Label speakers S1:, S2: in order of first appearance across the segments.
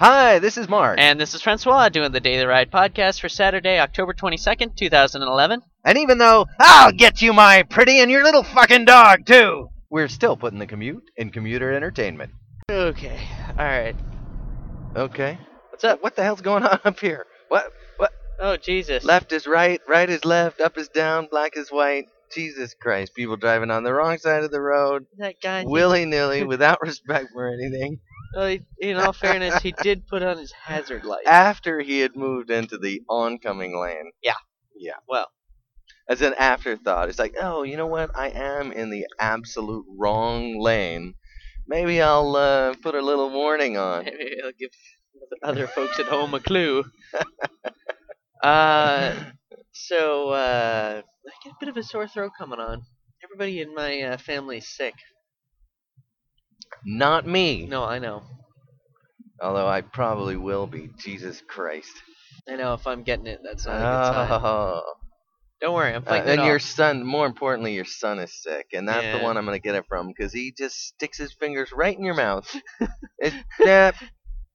S1: Hi, this is Mark.
S2: And this is Francois doing the Daily Ride podcast for Saturday, October 22nd, 2011.
S1: And even though I'll get you, my pretty, and your little fucking dog, too, we're still putting the commute in commuter entertainment.
S2: Okay, alright.
S1: Okay.
S2: What's up?
S1: What the hell's going on up here? What? What?
S2: Oh, Jesus.
S1: Left is right, right is left, up is down, black is white. Jesus Christ, people driving on the wrong side of the road,
S2: That guy.
S1: willy nilly, without respect for anything,
S2: Well, he- in all fairness, he did put on his hazard light.
S1: after he had moved into the oncoming lane.
S2: Well,
S1: as an afterthought. It's like, oh, you know what? I am in the absolute wrong lane. Maybe I'll uh, put a little warning on.
S2: maybe it'll give the other folks at home a clue. Uh, so, uh, I get a bit of a sore throat coming on. Everybody in my uh, family's sick.
S1: Not me.
S2: No, I know.
S1: Although I probably will be. Jesus Christ.
S2: I know if I'm getting it, that's not a good sign.
S1: Oh.
S2: Don't worry, I'm
S1: Uh,
S2: fighting it
S1: and
S2: off.
S1: your son, more importantly, your son is sick, and that's
S2: Yeah.
S1: the one I'm gonna get it from because he just sticks his fingers right in your mouth. it's that,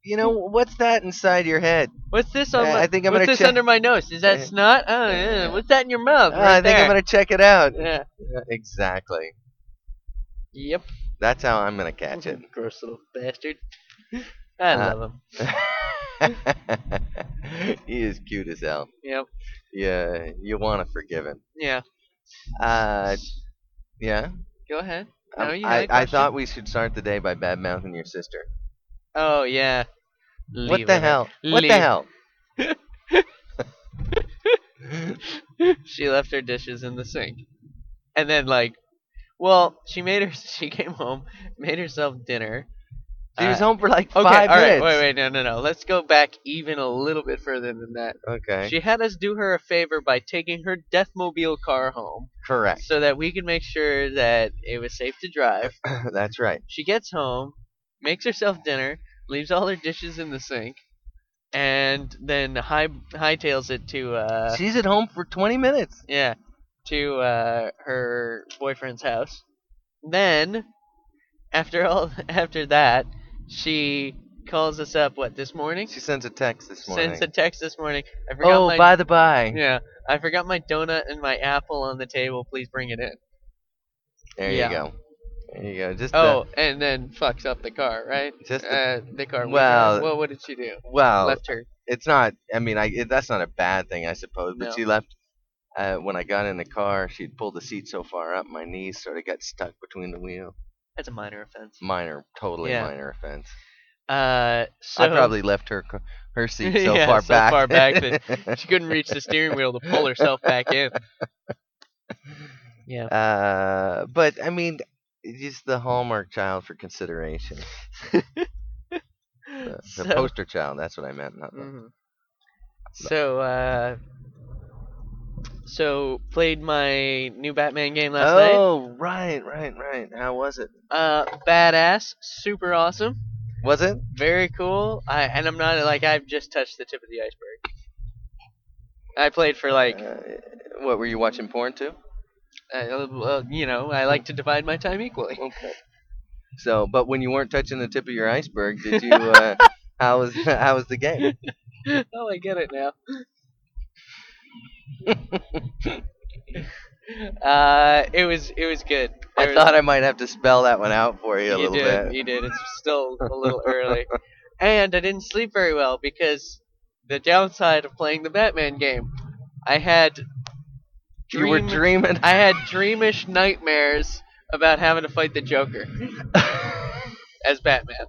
S1: you know, what's that inside your head?
S2: What's this on
S1: Uh,
S2: my?
S1: I think I'm
S2: what's
S1: gonna
S2: this
S1: check-
S2: under my nose? Is that
S1: Yeah.
S2: snot? Oh,
S1: Yeah.
S2: yeah. What's that in your mouth?
S1: Uh,
S2: right
S1: I think
S2: there?
S1: I'm gonna check it out.
S2: Yeah.
S1: Yeah, Exactly.
S2: Yep.
S1: That's how I'm gonna catch it.
S2: Gross little bastard. I
S1: Uh,
S2: love him.
S1: he is cute as hell.
S2: Yep.
S1: Yeah, you want to forgive him.
S2: Yeah.
S1: Uh, yeah.
S2: Go ahead.
S1: Um,
S2: No, you had
S1: I,
S2: a
S1: I
S2: question.
S1: thought we should start the day by bad mouthing your sister.
S2: Oh yeah.
S1: what
S2: Leave
S1: the
S2: him.
S1: hell? What
S2: Leave.
S1: the hell?
S2: She left her dishes in the sink, and then like, well, she made her. She came home, made herself dinner.
S1: She was
S2: Uh,
S1: home for like
S2: Okay.
S1: five
S2: all right.
S1: minutes.
S2: Wait. Wait. No. No. No. Let's go back even a little bit further than that.
S1: Okay.
S2: She had us do her a favor by taking her deathmobile car home.
S1: Correct.
S2: so that we can make sure that it was safe to drive.
S1: That's right.
S2: She gets home, makes herself dinner, leaves all her dishes in the sink, and then high hightails it to uh
S1: She's at home for 20 minutes.
S2: yeah to uh her boyfriend's house. Then after all after that, she calls us up what this morning?
S1: She sends a text this morning.
S2: Sends a text this morning. I forgot
S1: oh,
S2: my
S1: by the by.
S2: yeah, I forgot my donut and my apple on the table. Please bring it in.
S1: There
S2: Yeah.
S1: you go. There you go. Just
S2: Oh, and then fucks up the car, right?
S1: the, just the,
S2: Uh, the car. went
S1: Well- oh.
S2: down. well, what did she do?
S1: well,
S2: Left her.
S1: it's not. I mean, I it, that's not a bad thing, I suppose. But
S2: No.
S1: she left uh, when I got in the car. She'd pulled the seat so far up, my knees sort of got stuck between the wheel.
S2: That's a minor offense.
S1: Minor, totally
S2: Yeah.
S1: minor offense.
S2: Uh, so
S1: I probably left her ca- her seat so
S2: Yeah,
S1: far
S2: so
S1: back.
S2: far back that she couldn't reach the steering wheel to pull herself back in. Yeah.
S1: uh, but I mean, he's the hallmark child for consideration. The, the
S2: so,
S1: poster child. That's what I meant. Not the,
S2: mhm. so, uh, so played my new Batman game last night.
S1: oh, right, right, right. How was it?
S2: Uh, badass, super awesome.
S1: Was it?
S2: very cool. I and I'm not like I've just touched the tip of the iceberg. I played for like
S1: Uh, what were you watching porn too?
S2: uh, uh, you know I like to divide my time equally.
S1: Okay. So, but when you weren't touching the tip of your iceberg, did you? Uh, how was how was the game?
S2: oh, I get it now. uh, it was it was good.
S1: I
S2: There was-
S1: thought I might have to spell that one out for you a
S2: you
S1: little
S2: did
S1: bit.
S2: you did. It's still a little early, and I didn't sleep very well because the downside of playing the Batman game, I had.
S1: You were
S2: dream-
S1: dreaming.
S2: I had dreamish nightmares about having to fight the Joker as Batman.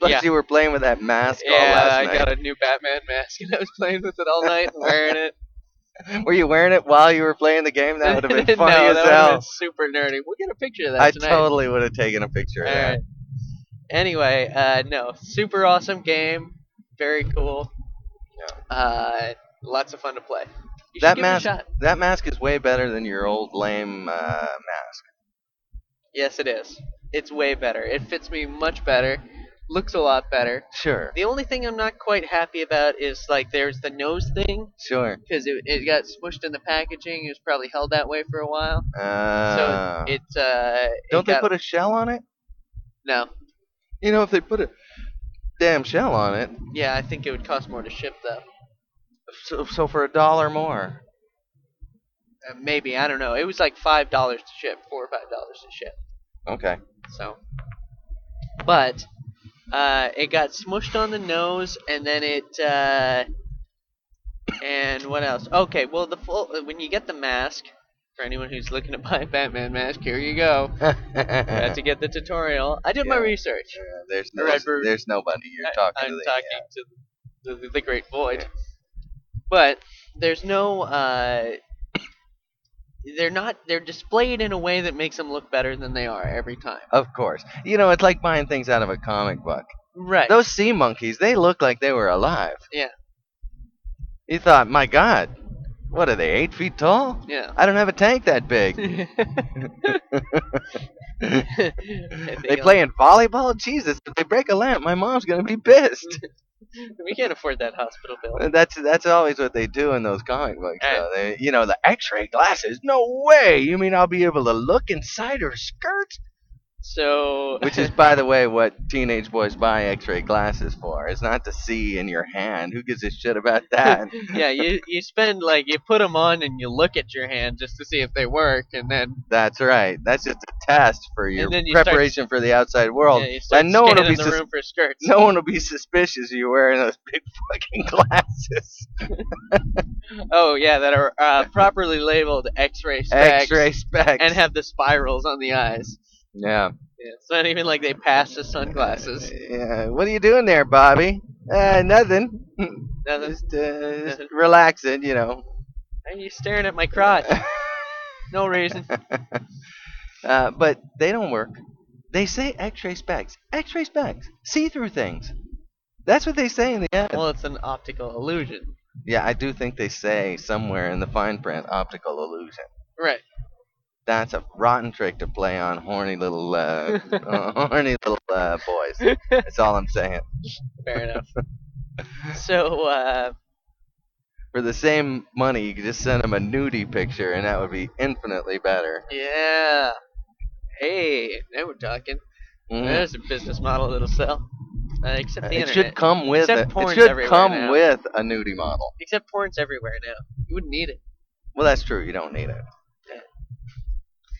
S1: Plus,
S2: yeah.
S1: you were playing with that mask all
S2: yeah,
S1: last
S2: I
S1: night.
S2: got a new Batman mask and I was playing with it all night and wearing it.
S1: Were you wearing it while you were playing the game? That would have been funny
S2: no,
S1: as
S2: that would've
S1: hell.
S2: Been super nerdy. We'll get a picture of that
S1: I
S2: tonight.
S1: totally would have taken a picture of
S2: All
S1: that.
S2: right. Anyway, uh, no, super awesome game, very cool. Uh, lots of fun to play. You should
S1: That
S2: give it a
S1: mask-
S2: shot.
S1: That mask is way better than your old lame uh, mask.
S2: Yes, it is. It's way better. It fits me much better. Looks a lot better.
S1: Sure,
S2: The only thing I'm not quite happy about is like there's the nose thing
S1: sure.
S2: because it, it got smushed in the packaging. It was probably held that way for a while.
S1: Uh,
S2: so it, it uh it
S1: don't they
S2: got-
S1: put a shell on it?
S2: no
S1: You know, if they put a damn shell on it.
S2: Yeah, I think it would cost more to ship though.
S1: So, so for a dollar more.
S2: Uh, maybe I don't know. It was like five dollars to ship, four or five dollars to ship.
S1: Okay.
S2: So, but uh, it got smushed on the nose, and then it uh, and what else? Okay, well the full when you get the mask. For anyone who's looking to buy a Batman mask, here you go. You have to get the tutorial. I did my
S1: Yeah.
S2: research.
S1: Yeah, there's
S2: All
S1: no,
S2: right, Bruce.
S1: there's nobody. You're
S2: I-
S1: talking
S2: I'm
S1: to the
S2: talking to the, the, the great void.
S1: Yeah.
S2: But there's no. Uh, they're not. They're displayed in a way that makes them look better than they are every time.
S1: Of course. You know, it's like buying things out of a comic book.
S2: Right.
S1: Those sea monkeys, they look like they were alive.
S2: Yeah.
S1: You thought, my God, what are they, eight feet tall?
S2: yeah.
S1: I don't have a tank that big. they play in volleyball? Jesus, if they break a lamp, my mom's going to be
S2: Mm.
S1: pissed.
S2: We can't afford that hospital bill.
S1: that's that's always what they do in those comic books.
S2: Right.
S1: though. They, you know, the x ray glasses. No way! You mean I'll be able to look inside her skirt?
S2: So.
S1: Which is, by the way, what teenage boys buy X-ray glasses for. It's not to see in your hand. Who gives a shit about that?
S2: yeah, you you spend like you put them on and you look at your hand just to see if they work, and then
S1: That's right. That's just a test for your
S2: then you start-
S1: preparation for the outside world.
S2: yeah, you start
S1: and no one will
S2: scanning
S1: be
S2: the
S1: sus-
S2: room for skirts.
S1: No one will be suspicious of you wearing those big fucking glasses.
S2: Oh yeah, that are uh, properly labeled X-ray specs
S1: X-ray specs.
S2: and have the spirals on the eyes.
S1: yeah.
S2: Yeah, it's not even like they pass the sunglasses.
S1: Yeah. What are you doing there, Bobby? Uh, nothing.
S2: Nothing.
S1: Just, uh, just
S2: Nothing.
S1: relaxing, you know.
S2: Why are you staring at my crotch? No reason.
S1: uh, but they don't work. They say X-ray specs, X-ray specs, see-through things. That's what they say in the ad.
S2: Well, it's an optical illusion.
S1: yeah, I do think they say somewhere in the fine print, optical illusion.
S2: Right.
S1: That's a rotten trick to play on horny little, uh, uh, horny little uh, boys. That's all I'm saying.
S2: Fair enough. So, uh,
S1: For the same money, you could just send them a nudie picture, and that would be infinitely better.
S2: yeah. Hey, now we're talking.
S1: Mhm.
S2: There's a business model that'll sell. Uh, except the
S1: it
S2: internet.
S1: should come with
S2: Except
S1: a, it
S2: porn's
S1: should
S2: everywhere
S1: come
S2: now.
S1: with a nudie model.
S2: Except porn's everywhere now. You wouldn't need it.
S1: Well, that's true. You don't need it.
S2: Yeah.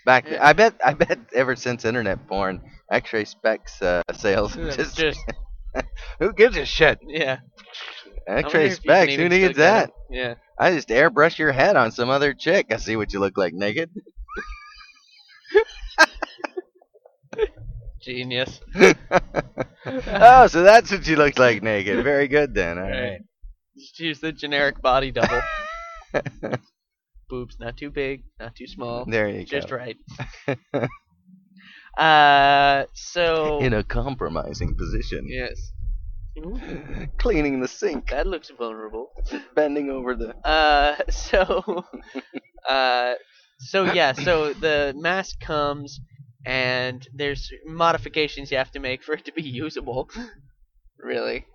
S1: Back,
S2: Yeah.
S1: I bet, I bet. Ever since internet porn, X-ray specs uh, sales.
S2: Just,
S1: Just, who gives a shit?
S2: yeah. I wonder
S1: X-ray
S2: if you can
S1: specs. Who
S2: even still
S1: needs
S2: get
S1: that?
S2: it. Yeah.
S1: I just airbrush your head on some other chick. I see what you look like naked.
S2: Genius.
S1: oh, so that's what you looked like naked. Very good then. All right.
S2: Just use the generic body double. Boobs not too big, not too small,
S1: There you
S2: just
S1: go.
S2: right. uh, so
S1: In a compromising position.
S2: yes, Ooh,
S1: Cleaning the sink,
S2: that looks vulnerable.
S1: bending over the.
S2: Uh, so uh, so yeah, so the mask comes and there's modifications you have to make for it to be usable. Really?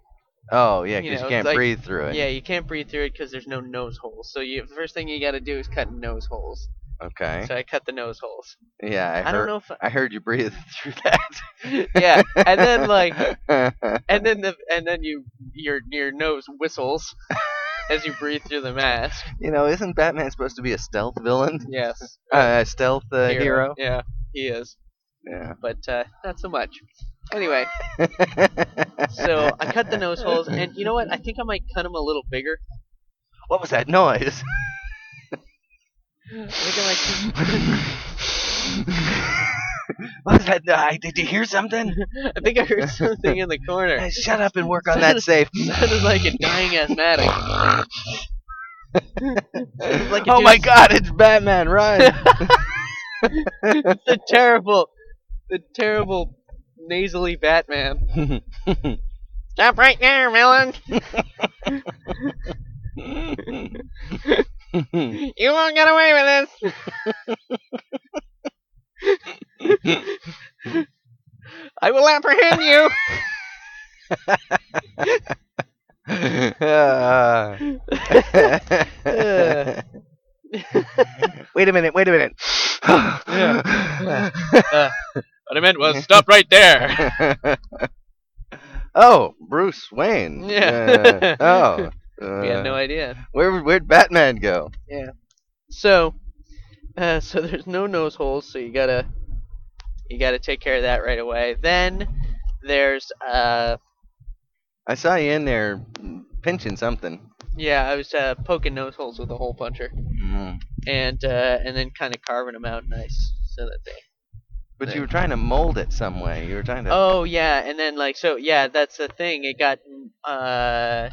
S1: Oh yeah,
S2: You
S1: because you,
S2: know, it's
S1: can't
S2: like-
S1: breathe through it.
S2: Yeah, you can't breathe through it because there's no nose holes. So you first thing you got to do is cut nose holes.
S1: Okay.
S2: So I cut the nose holes.
S1: yeah, I,
S2: I,
S1: heard.
S2: don't know if
S1: I heard you breathe through that.
S2: yeah, and then like, and then the, and then you your your nose whistles as you breathe through the mask.
S1: you know, isn't Batman supposed to be a stealth villain?
S2: Yes,
S1: Uh, a stealth uh, hero.
S2: Yeah, he is, but uh, not so much. Anyway,
S1: Yeah.
S2: so I cut the nose holes, and you know what? I think I might cut them a little bigger.
S1: What was that noise?
S2: I think
S1: what was that? Uh, did you hear something?
S2: I might. I think I heard something in the corner.
S1: Uh, Shut up and work on that safe.
S2: Sounded like a dying asthmatic. like you
S1: oh my
S2: just-
S1: God! It's Batman! Run!
S2: the terrible, the terrible nasally Batman. Stop right there, Melon. You won't get away with this. I will apprehend you.
S1: Uh. wait a minute, wait a minute.
S2: What I meant was stop right there.
S1: Oh, Bruce Wayne.
S2: Yeah.
S1: Uh, oh.
S2: We
S1: uh,
S2: had no idea.
S1: where where'd Batman go?
S2: So, uh, so there's no nose holes, so you gotta you gotta take care of that right away. Then there's uh
S1: I saw you in there pinching something.
S2: yeah, I was uh, poking nose holes with a hole puncher Mm-hmm.
S1: Mm.
S2: and uh, and then kind of carving them out nice so that they
S1: But
S2: There.
S1: you were trying to mold it some way. You were trying to.
S2: Oh yeah, and then like so yeah, that's the thing. It got uh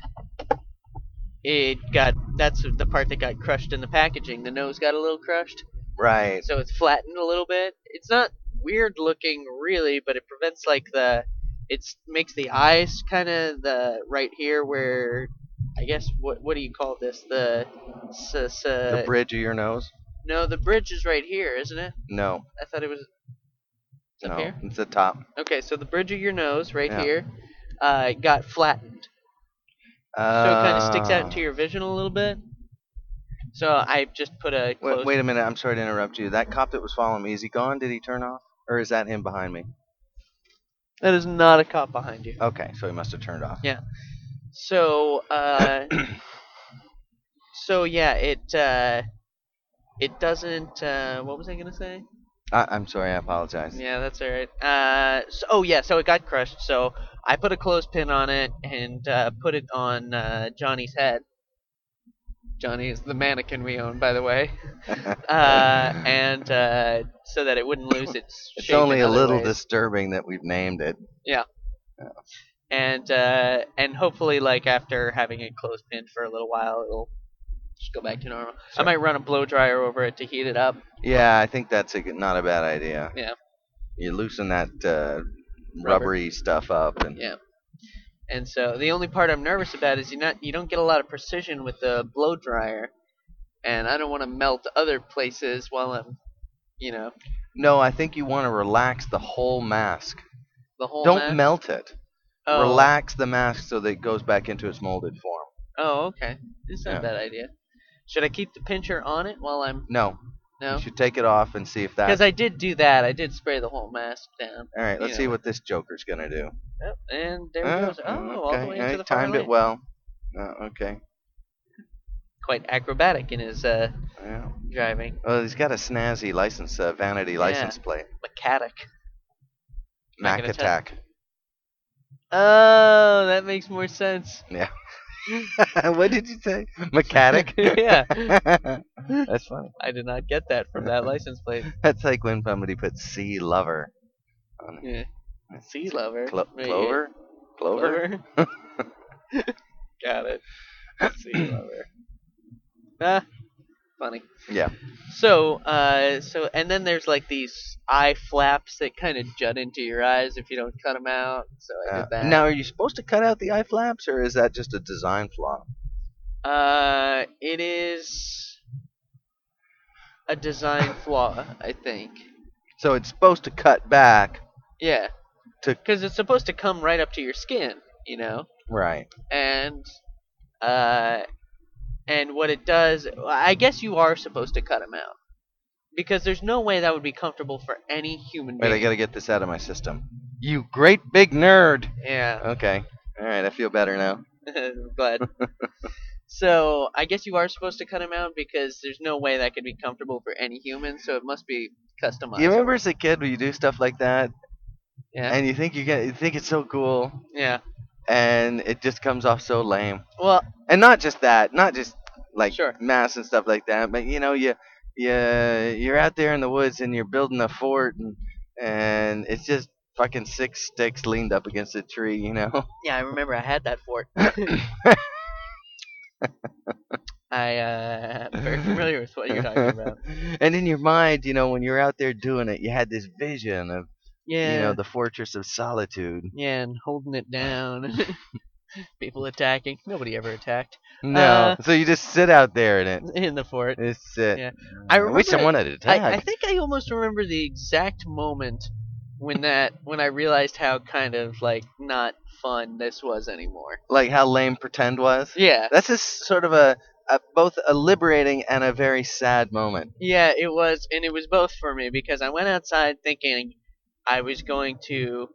S2: it got that's the part that got crushed in the packaging. The nose got a little crushed.
S1: Right.
S2: So it's flattened a little bit. It's not weird looking really, but it prevents like the it's makes the eyes kind of the right here where I guess what what do you call this? The s- s-
S1: the bridge of your nose?
S2: No, the bridge is right here, isn't it?
S1: No.
S2: I thought it was it's
S1: no.
S2: up here.
S1: It's the top.
S2: Okay, so the bridge of your nose right
S1: Yeah.
S2: here uh, got flattened. So it kind of sticks
S1: Uh.
S2: out into your vision a little bit. So I just put a
S1: Wait,
S2: close.
S1: wait a minute. I'm sorry to interrupt you. That cop that was following me, is he gone? Did he turn off? Or is that him behind me?
S2: That is not a cop behind you.
S1: Okay, so he must have turned off.
S2: So, uh, so yeah, it uh, it doesn't. Uh, what was I gonna say?
S1: I, I'm sorry. I apologize.
S2: Yeah, that's all right. Uh, so, oh yeah, so it got crushed. So I put a clothespin on it and uh, put it on uh, Johnny's head. Johnny is the mannequin we own, by the way. uh, and uh, so that it wouldn't lose its
S1: it's
S2: shape in
S1: only a
S2: other
S1: little
S2: ways.
S1: disturbing that we've named it.
S2: and uh, and hopefully like after having it clothespin for a little while it'll just go back to normal
S1: Sure.
S2: i might run a blow dryer over it to heat it up
S1: Yeah, I think that's a, good- not a bad idea.
S2: Yeah.
S1: You loosen that uh,
S2: Rubber.
S1: rubbery stuff up, and
S2: Yeah. and so the only part i'm nervous about is you not you don't get a lot of precision with the blow dryer and i don't want to melt other places while i'm you know
S1: no, I think you want to relax the whole mask.
S2: the whole
S1: Don't
S2: mask.
S1: melt it.
S2: oh.
S1: Relax the mask so that it goes back into its molded form.
S2: oh okay it's not
S1: Yeah.
S2: a bad idea should i keep the pincher on it while i'm
S1: No,
S2: no
S1: you should take it off and see if that.
S2: because i did do that i did spray the whole mask down
S1: All right, let's
S2: you
S1: see
S2: know.
S1: what this Joker's gonna do.
S2: Yep, and there
S1: Oh,
S2: it goes. Oh, all the
S1: okay,
S2: way
S1: I
S2: into the far
S1: timed
S2: lane.
S1: it well. Uh, okay.
S2: Quite acrobatic in his uh,
S1: Yeah.
S2: driving.
S1: Oh, he's got a snazzy license, uh, vanity license plate.
S2: Mechatic. Not
S1: Mac
S2: gonna tell-
S1: attack.
S2: Oh, that makes more sense.
S1: what did you say? Mechanic.
S2: Yeah.
S1: That's funny.
S2: I did not get that from that license plate.
S1: That's like when somebody puts sea lover on it.
S2: Yeah. Sea lover.
S1: Clo-
S2: right here.
S1: clover? Clover?
S2: Clover. Got it. Sea lover. Ah, funny.
S1: Yeah.
S2: So, uh, so, and then there's like these eye flaps that kind of jut into your eyes if you don't cut them out. So I
S1: Uh,
S2: did that.
S1: now, are you supposed to cut out the eye flaps, or is that just a design flaw?
S2: Uh, it is a design flaw, I think.
S1: So it's supposed to cut back.
S2: Yeah,
S1: To-
S2: because it's supposed to come right up to your skin, you know,
S1: Right.
S2: and uh, and what it does, I guess you are supposed to cut them out because there's no way that would be comfortable for any human
S1: Wait,
S2: being.
S1: I gotta get this out of my system. You great big nerd.
S2: yeah,
S1: Okay. All right, I feel better now.
S2: I'm glad. so I guess you are supposed to cut them out because there's no way that could be comfortable for any human. So it must be customized.
S1: You remember as a kid when you do stuff like that,
S2: Yeah.
S1: and you think you get, you think it's so cool,
S2: Yeah.
S1: and it just comes off so lame.
S2: Well,
S1: and not just that, not just like
S2: Sure.
S1: mass and stuff like that, but you know, you you you're out there in the woods and you're building a fort and and it's just fucking six sticks leaned up against a tree, you know.
S2: yeah, I remember I had that fort. I uh, am very familiar with what you're talking about.
S1: and in your mind, you know, when you're out there doing it, you had this vision of
S2: Yeah.
S1: you know the fortress of solitude.
S2: yeah, and holding it down. People attacking. Nobody ever attacked
S1: No,
S2: Uh,
S1: so you just sit out there in it.
S2: in the fort.
S1: It's uh,
S2: yeah. I remember-
S1: wish someone had attacked.
S2: I, I think I almost remember the exact moment when that when I realized how kind of like not fun this was anymore.
S1: like how lame pretend was.
S2: Yeah.
S1: That's just sort of a, a both a liberating and a very sad moment.
S2: Yeah, it was, and it was both for me because I went outside thinking I was going to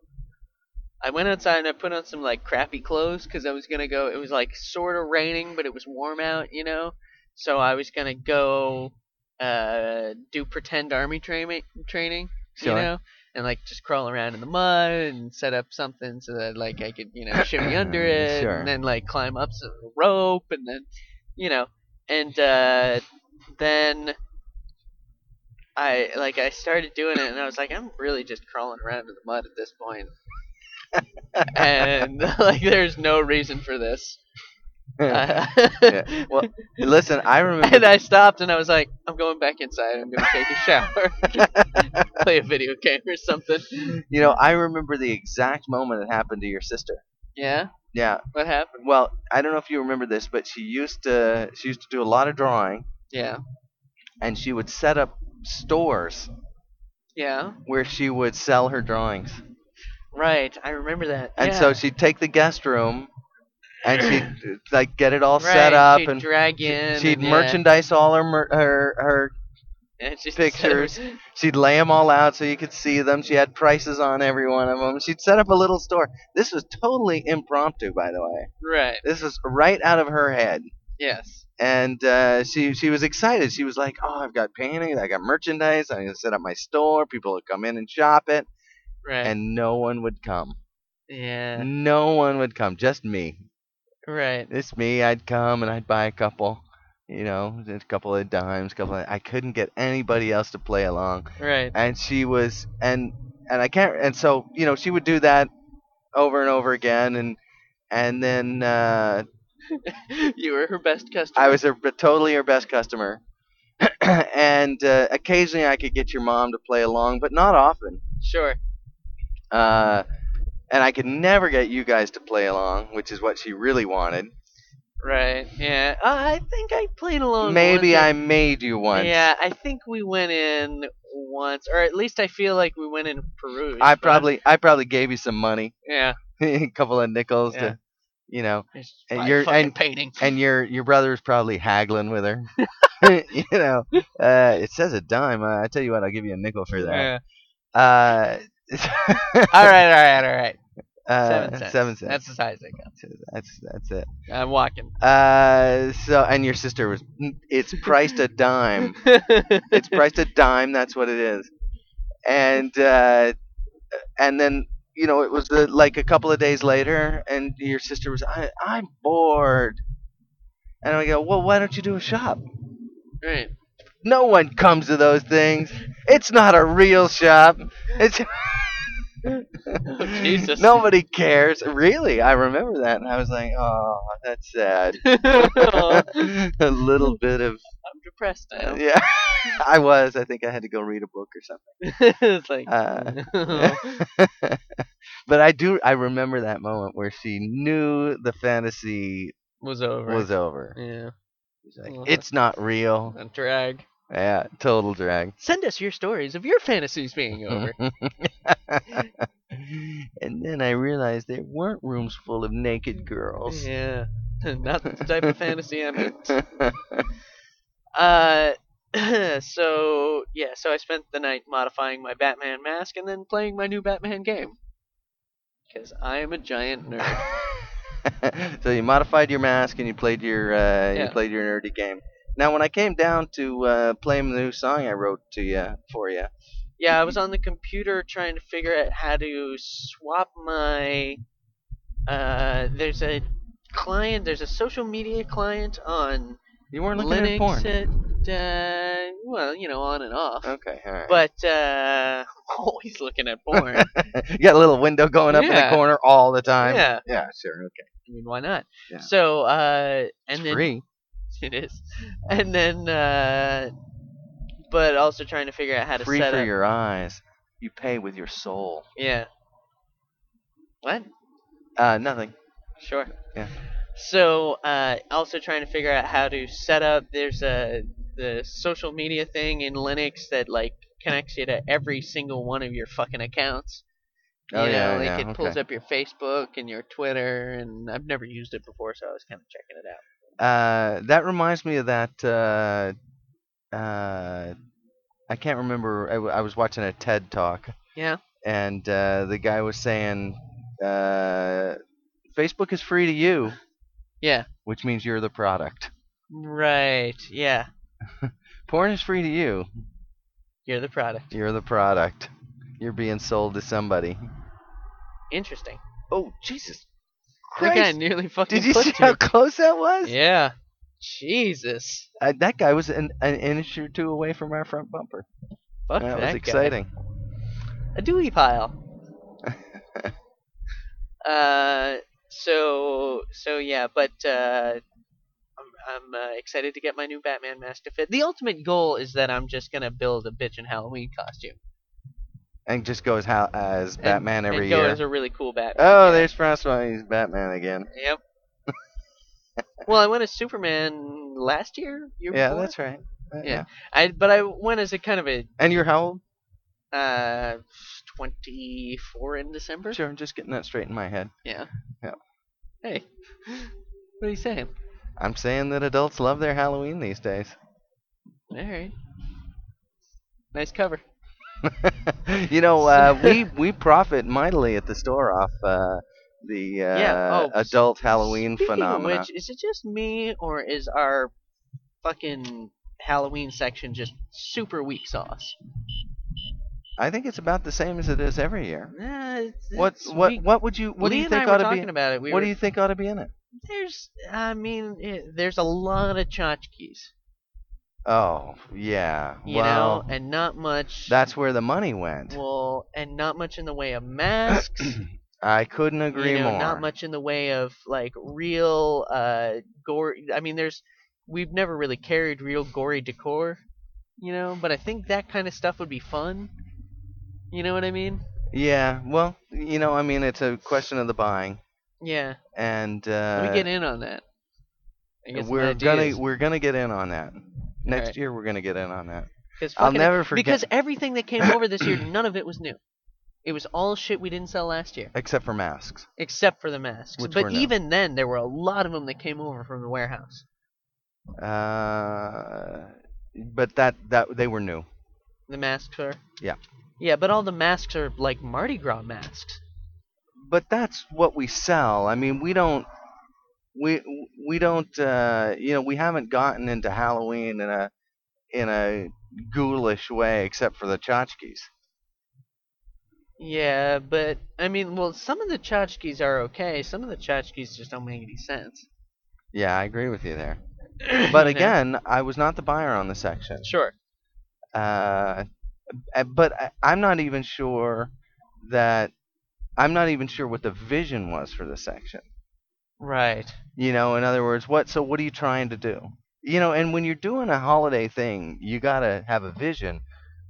S2: I went outside and I put on some like crappy clothes because I was gonna go. It was like sort of raining, but it was warm out, you know. So I was gonna go uh, do pretend army training, training,
S1: Sure.
S2: you know, and like just crawl around in the mud and set up something so that like I could, you know, shimmy under it,
S1: Sure.
S2: and then like climb up some rope, and then, you know, and uh, then I like I started doing it, and I was like, I'm really just crawling around in the mud at this point. and like there's no reason for this Uh,
S1: Yeah. Well, Listen, I remember.
S2: and I stopped and I was like, I'm going back inside. I'm going to take a shower, play a video game or something.
S1: you know, I remember the exact moment it happened to your sister.
S2: Yeah,
S1: Yeah.
S2: what happened?
S1: Well, I don't know if you remember this, but she used to she used to do a lot of drawing,
S2: Yeah,
S1: and she would set up stores
S2: yeah,
S1: where she would sell her drawings.
S2: right. I remember that.
S1: And
S2: yeah.
S1: so she'd take the guest room, and she'd like get it all
S2: right,
S1: set up,
S2: she'd
S1: and
S2: drag
S1: she-
S2: in.
S1: she'd
S2: and, yeah,
S1: merchandise all her mer- her her.
S2: and she'd-
S1: pictures. She'd lay them all out so you could see them. She had prices on every one of them. She'd set up a little store. This was totally impromptu, by the way.
S2: right.
S1: This was right out of her head.
S2: Yes.
S1: and uh, she she was excited. She was like, "Oh, I've got paintings, I got merchandise. I'm gonna set up my store. People will come in and shop it."
S2: Right.
S1: And no one would come.
S2: yeah.
S1: No one would come. Just me.
S2: Right.
S1: It's me. I'd come and I'd buy a couple, you know, a couple of dimes, couple. Of, I couldn't get anybody else to play along.
S2: Right.
S1: And she was and and I can't. And so you know, she would do that over and over again. And and then uh,
S2: you were her best customer.
S1: I was her, but totally her best customer. and uh, occasionally I could get your mom to play along, but not often.
S2: sure.
S1: Uh, and I could never get you guys to play along, which is what she really wanted.
S2: Right. Yeah. Uh, I think I played along.
S1: Maybe
S2: once.
S1: I made you once.
S2: Oh, Yeah, I think we went in once, or at least I feel like we went in Peru.
S1: I probably I probably gave you some money,
S2: yeah.
S1: a couple of nickels
S2: Yeah.
S1: to, you know, And
S2: And
S1: you're-
S2: you're fucking
S1: and-
S2: painting.
S1: and your your brother was probably haggling with her. you know, uh, it says a dime. Uh, I tell you what, I'll give you a nickel for that.
S2: Yeah.
S1: Uh,
S2: all right, all right, all right.
S1: uh,
S2: Seven cents.
S1: Seven cents.
S2: That's as high as I go.
S1: that's that's it.
S2: I'm walking.
S1: Uh, so and your sister was it's priced a dime. It's priced a dime. That's what it is. And uh, and then you know it was the, like a couple of days later, and your sister was I I'm bored. And I go, well, why don't you do a shop?
S2: right.
S1: No one comes to those things. It's not a real shop. It's
S2: Oh, Jesus.
S1: nobody cares. Really, I remember that, and I was like, oh, that's sad.
S2: Oh,
S1: a little bit of
S2: I'm depressed now.
S1: yeah i was i think i had to go read a book or something
S2: it's like.
S1: Uh, but i do i remember that moment where she knew the fantasy
S2: was over.
S1: was over
S2: yeah.
S1: She's like,
S2: Well,
S1: it's not real
S2: A drag.
S1: yeah total drag
S2: Send us your stories of your fantasies being over.
S1: and then i realized there weren't rooms full of naked girls
S2: yeah. Not the type of fantasy I'm in. Uh, so yeah, so I spent the night modifying my Batman mask and then playing my new Batman game. Because I am a giant nerd.
S1: so you modified your mask and you played your uh, you
S2: Yeah.
S1: played your nerdy game. Now, when I came down to uh, play the new song I wrote to you for you,
S2: yeah, I
S1: Mm-hmm.
S2: was on the computer trying to figure out how to swap my. Uh, there's a client. There's a social media client on
S1: you weren't looking at
S2: Linux.
S1: porn.
S2: It, uh, well, you know, on and off.
S1: Okay, all right.
S2: But uh, always looking at porn.
S1: you got a little window going up in
S2: Yeah.
S1: the corner all the time.
S2: yeah.
S1: Yeah, sure. Okay,
S2: I mean, why not?
S1: Yeah.
S2: So, uh, and then
S1: free.
S2: it is, and then, uh, but also trying to figure out how to
S1: Free
S2: set
S1: for
S2: up.
S1: your eyes. You pay with your soul.
S2: yeah. What?
S1: Uh, nothing.
S2: Sure.
S1: Yeah.
S2: So, uh, also trying to figure out how to set up. There's a the social media thing in Linux that like connects you to every single one of your fucking accounts.
S1: Oh
S2: you
S1: yeah,
S2: know, like
S1: yeah.
S2: it
S1: okay.
S2: pulls up your Facebook and your Twitter, and I've never used it before, so I was kind of checking it out.
S1: Uh, that reminds me of that. Uh, uh, I can't remember. I, w- I was watching a TED talk.
S2: Yeah.
S1: And uh, the guy was saying uh, Facebook is free to you,
S2: Yeah.
S1: which means you're the product.
S2: Right. Yeah.
S1: Porn is free to you.
S2: You're the product.
S1: You're the product. You're being sold to somebody.
S2: Interesting.
S1: Oh Jesus
S2: That guy
S1: Christ!
S2: nearly fucking
S1: Did you see
S2: clipped
S1: how
S2: you.
S1: close that was?
S2: Yeah. Jesus.
S1: Uh, that guy was an, an inch or two away from our front bumper.
S2: Fuck
S1: that, was
S2: that, guy.
S1: exciting.
S2: A dewey pile. uh. So. So yeah. But. Uh, I'm, I'm uh, excited to get my new Batman mask to fit. The ultimate goal is that I'm just gonna build a bitchin' Halloween costume
S1: And just goes how as Batman every
S2: and go
S1: year.
S2: as a really cool Batman.
S1: oh,
S2: yeah.
S1: there's Francois. He's Batman again.
S2: Yep. well, I went as Superman last year. year
S1: Yeah,
S2: before?
S1: that's right. Uh,
S2: Yeah. I but I went as a kind of a
S1: And you're how old?
S2: uh, twenty four in December.
S1: Sure, I'm just getting that straight in my head.
S2: Yeah.
S1: Yeah.
S2: Hey, what are you saying?
S1: I'm saying that adults love their Halloween these days.
S2: All right. Nice cover.
S1: you know, uh, we we profit mightily at the store off uh, the uh,
S2: Yeah, oh,
S1: adult Halloween
S2: Speaking
S1: phenomena.
S2: Of which, is it just me or is our fucking Halloween section just super weak sauce?
S1: I think it's about the same as it is every year.
S2: Nah, it's,
S1: What
S2: it's
S1: what
S2: weak.
S1: what would you what do
S2: Lee
S1: you
S2: and
S1: think
S2: I were
S1: ought to be?
S2: talking about it. We
S1: what
S2: were
S1: do you think ought to be in it?
S2: There's, I mean, it, there's a lot of tchotchkes,
S1: Oh yeah,
S2: you
S1: well
S2: know, and not much.
S1: that's where the money went.
S2: well, and not much in the way of masks.
S1: I couldn't agree
S2: you know,
S1: more.
S2: not much in the way of like real uh gore. I mean, there's, we've never really carried real gory decor, you know. But I think that kind of stuff would be fun. You know what I mean?
S1: Yeah, well you know I mean it's a question of the buying
S2: Yeah.
S1: and uh,
S2: Let me get in on that. I guess
S1: we're gonna we're gonna get in on that next
S2: Alright.
S1: year. We're gonna get in on that.
S2: Cause
S1: I'll
S2: fucking-
S1: never forget
S2: Because everything that came over this year, none of it was new. It was all shit we didn't sell last year,
S1: except for masks.
S2: except for the masks.
S1: Which were
S2: but
S1: new.
S2: even then, there were a lot of them that came over from the warehouse.
S1: Uh, but that that they were new.
S2: The masks are.
S1: Yeah.
S2: Yeah, but all the masks are like Mardi Gras masks.
S1: But that's what we sell. I mean, we don't we we don't uh, you know we haven't gotten into Halloween in a in a ghoulish way except for the tchotchkes.
S2: Yeah, but I mean, well, some of the tchotchkes are okay. Some of the tchotchkes just don't make any sense.
S1: Yeah, I agree with you there.
S2: You know?
S1: But again, I was not the buyer on the section.
S2: sure.
S1: uh, uh, but I, I'm not even sure that I'm not even sure what the vision was for the section.
S2: Right.
S1: You know, in other words, what so what are you trying to do? You know, and when you're doing a holiday thing, you gotta have a vision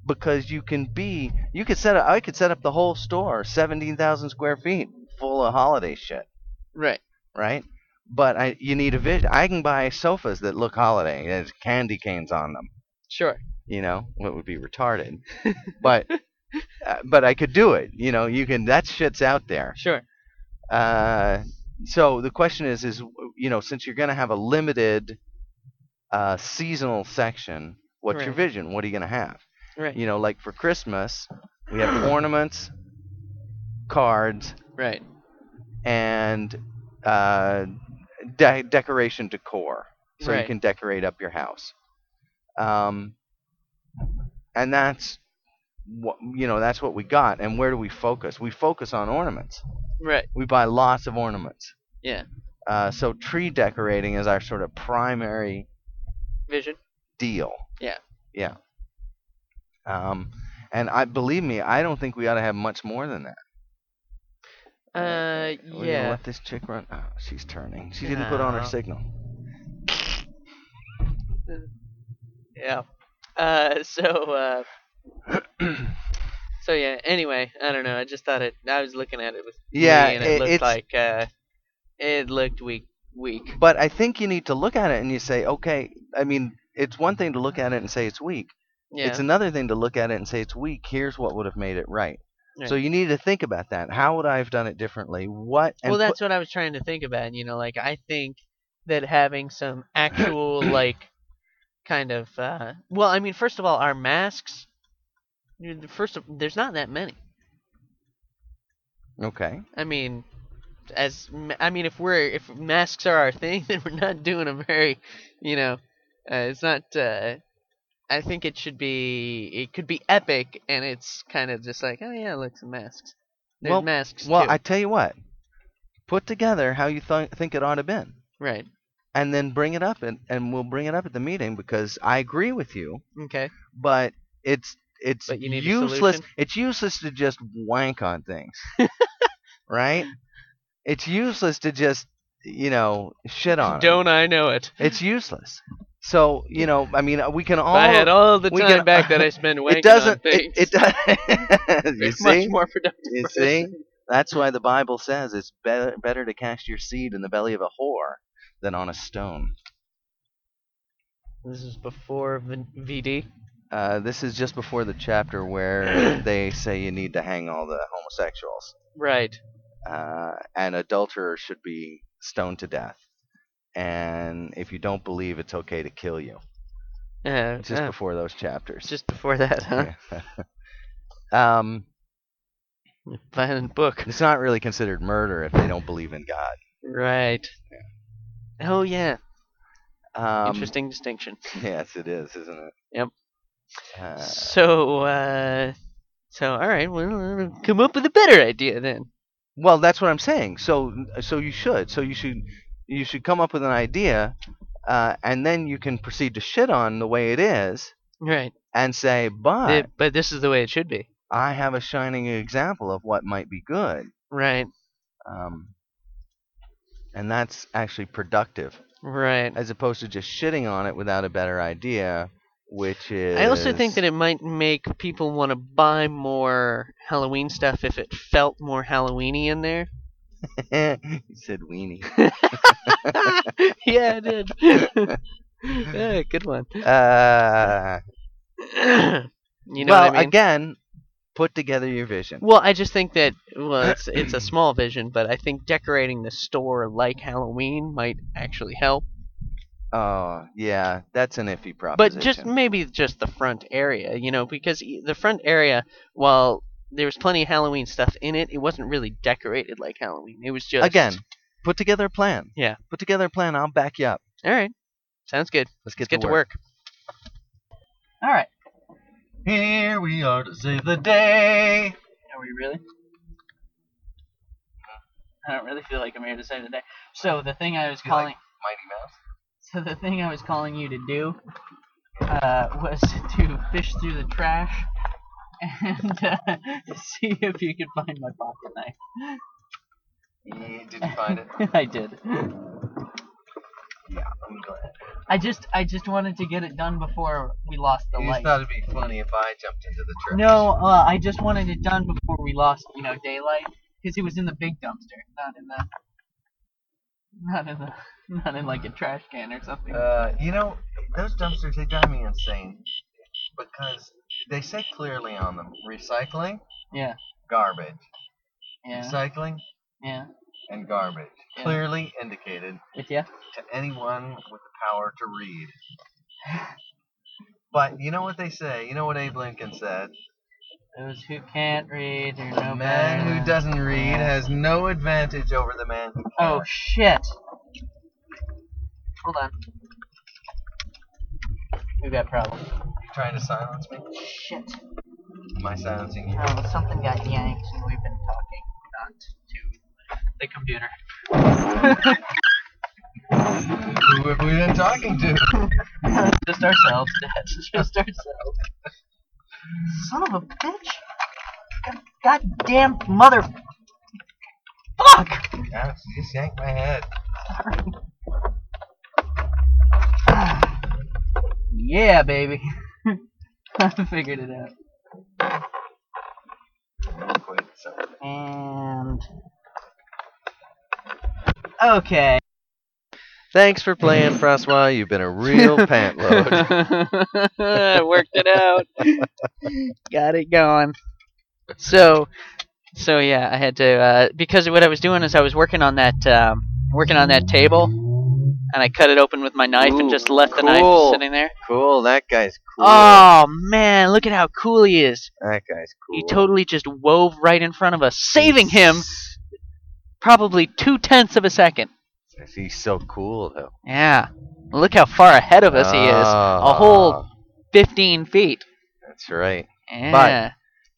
S1: because you can be you could set up I could set up the whole store, seventeen thousand square feet, full of holiday shit,
S2: Right.
S1: right? But I you need a vision. I can buy sofas that look holiday, there's candy canes on them
S2: Sure.
S1: you know what would be retarded but uh, but i could do it you know you can that shit's out there
S2: Sure.
S1: uh, so the question is is you know since you're going to have a limited uh, seasonal section what's your
S2: Right.
S1: vision what are you going to have
S2: Right.
S1: you know like for christmas we have ornaments cards
S2: Right.
S1: and uh, de- decoration decor, so you
S2: Right.
S1: can decorate up your house. Um, and that's what you know. That's what we got. And where do we focus? We focus on ornaments.
S2: Right.
S1: We buy lots of ornaments.
S2: Yeah.
S1: Uh, so tree decorating is our sort of primary
S2: Vision.
S1: deal.
S2: Yeah.
S1: Yeah. Um, and I believe me, I don't think we ought to have much more than that.
S2: Uh,
S1: We're gonna
S2: yeah.
S1: let this chick run. Oh, she's turning. She didn't put on her
S2: No.
S1: signal.
S2: Yeah. Uh, so, uh, so yeah. Anyway, I don't know. I just thought it. I was looking at it with
S1: Yeah,
S2: Lee and it,
S1: it-
S2: looked
S1: it's-
S2: like uh, it looked weak, weak.
S1: But I think you need to look at it and you say, okay. I mean, it's one thing to look at it and say it's weak.
S2: Yeah.
S1: It's another thing to look at it and say it's weak. Here's what would have made it right. So
S2: Right.
S1: you need to think about that. How would I have done it differently? What? And
S2: well,
S1: put-
S2: that's what I was trying to think about. You know, like I think that having some actual like kind of uh, well, I mean, first of all, our masks. you know, the First, of, there's not that many.
S1: Okay.
S2: I mean, as m- I mean, if we're if masks are our thing, then we're not doing a very, you know, uh, it's not. Uh, I think it should be. It could be epic, and it's kind of just like, oh yeah, look, some masks. There's
S1: Well-
S2: masks
S1: Well,
S2: too.
S1: I tell you what. Put together how you th- think it ought to been,
S2: right.
S1: and then bring it up, and, and we'll bring it up at the meeting because I agree with you,
S2: Okay.
S1: but it's it's
S2: But you need a
S1: useless.
S2: solution?
S1: It's useless to just wank on things, right? It's useless to just you know shit on. 'em.
S2: Don't I know it?
S1: It's useless. So you know, I mean, uh, we can all.
S2: If I had all the
S1: we
S2: time
S1: can-
S2: back that I spend wanking
S1: it doesn't.
S2: on
S1: It,
S2: things.
S1: it does. you
S2: it's much
S1: see?
S2: more productive.
S1: You
S2: person.
S1: see? That's why the Bible says it's better better to cast your seed in the belly of a whore than on a stone.
S2: This is before Vin- VD.
S1: Uh, this is just before the chapter where they say you need to hang all the homosexuals,
S2: Right.
S1: uh, and adulterers should be stoned to death. And if you don't believe, it's okay to kill you.
S2: Uh,
S1: It's just
S2: uh,
S1: before those chapters.
S2: just before that, huh?
S1: um,
S2: Violent book.
S1: it's not really considered murder if they don't believe in God.
S2: Right. Oh yeah.
S1: Um,
S2: Interesting distinction.
S1: Yes, it is, isn't it?
S2: Yep.
S1: Uh,
S2: so, uh, so all right. Well, uh, come up with a better idea then.
S1: Well, that's what I'm saying. So, so you should. So you should, you should come up with an idea, uh, and then you can proceed to shit on the way it is,
S2: Right.
S1: and say, "But
S2: Th- but this is the way it should be.
S1: I have a shining example of what might be good,"
S2: Right.
S1: um, and that's actually productive,
S2: Right.
S1: as opposed to just shitting on it without a better idea, which is.
S2: I also think that it might make people want to buy more Halloween stuff if it felt more Halloweeny in there.
S1: you said weenie.
S2: yeah, I did. yeah, good one.
S1: Uh,
S2: you know
S1: well,
S2: what I mean?
S1: again, put together your vision.
S2: Well, I just think that well, it's it's a small vision, but I think decorating the store like Halloween might actually help.
S1: Oh yeah, that's an iffy proposition.
S2: But just maybe just the front area, you know, because e- the front area, while there was plenty of Halloween stuff in it, it wasn't really decorated like Halloween. It was just
S1: again, put together a plan.
S2: Yeah.
S1: Put together a plan. I'll back you up.
S2: All right, sounds good.
S1: Let's
S2: Let's
S1: get,
S2: get to work. All right.
S1: Here we are to save the day.
S2: Are we really? I don't really feel like I'm here to save the day. So the thing I was
S1: You like-
S2: calling. So the thing I was calling you to do uh, was to fish through the trash and uh, see if you could find my pocket knife.
S1: Mighty Mouse. Did you find it?
S2: I did.
S1: Yeah, I'm glad.
S2: I just I just wanted to get it done before we lost the
S1: You
S2: light.
S1: just thought it'd be funny if I jumped into the trash.
S2: No, uh, I just wanted it done before we lost you know daylight because it was in the big dumpster, not in the not in the not in like a trash can or something.
S1: Uh, you know, those dumpsters they drive me insane because they say clearly on them recycling,
S2: yeah,
S1: garbage,
S2: yeah,
S1: recycling,
S2: yeah.
S1: and garbage.
S2: Yeah.
S1: Clearly indicated
S2: With ya?
S1: to anyone with the power to read. But you know what they say? You know what Abe Lincoln said?
S2: Those who can't read are
S1: The
S2: no
S1: man
S2: better
S1: who
S2: than-
S1: doesn't read has no advantage over the man who can.
S2: Oh shit! Hold on. We got problems.
S1: You trying to silence me?
S2: Shit!
S1: Am I silencing you?
S2: Oh, something got yanked, and we've been talking not to the computer.
S1: Who have we been talking to?
S2: just ourselves, Dad. Just ourselves. Son of a bitch! Goddamn mother! Fuck!
S1: Yeah, she just yanked my head.
S2: Yeah, baby. I figured it out.
S1: Real quick, so.
S2: And okay.
S1: Thanks for playing, Francois. You've been a real pant load.
S2: Worked it out. Got it going. So, so yeah, I had to uh, because what I was doing is I was working on that um, working on that table, uh, and I cut it open with my knife and
S1: Ooh,
S2: just left the knife
S1: cool.
S2: sitting there.
S1: Cool. That guy's cool.
S2: Oh man, look at how cool he is.
S1: That guy's cool.
S2: He totally just wove right in front of us, saving him probably two tenths of a second.
S1: He's so cool though.
S2: Yeah. Look how far ahead of us he is.
S1: Ah,
S2: whole- 15 feet.
S1: That's right.
S2: Yeah.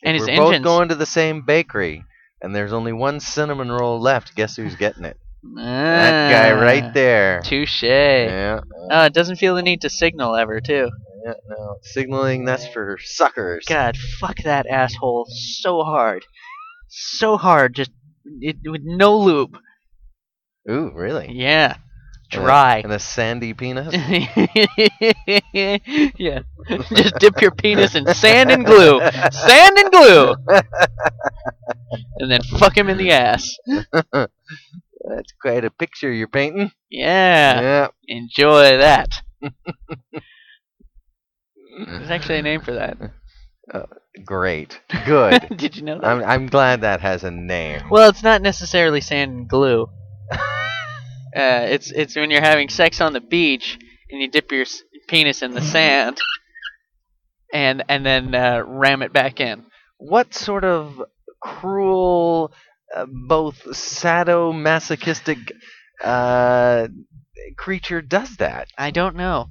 S2: and his
S1: We're both
S2: engines.
S1: going to the same bakery, and there's only one cinnamon roll left. Guess who's getting it? That guy right there.
S2: Ah. Touche.
S1: Yeah.
S2: Oh, it doesn't feel the need to signal ever, too.
S1: yeah, no. Signaling that's for suckers.
S2: God, fuck that asshole so hard. So hard, just it, with no loop.
S1: Ooh, really?
S2: Yeah.
S1: And a-
S2: Dry.
S1: And a sandy penis.
S2: yeah. Just dip your penis in sand and glue. Sand and glue! And then fuck him in the ass.
S1: That's quite a picture you're painting.
S2: Yeah.
S1: Yeah.
S2: Enjoy that. There's actually a name for that.
S1: Great. Good.
S2: Did you know that?
S1: I'm I'm glad that has a name.
S2: Well, it's not necessarily sand and glue. Uh, it's it's when you're having sex on the beach and you dip your s- penis in the sand, and and then uh, ram it back in.
S1: What sort of cruel, uh, both sadomasochistic uh, creature does that?
S2: I don't know,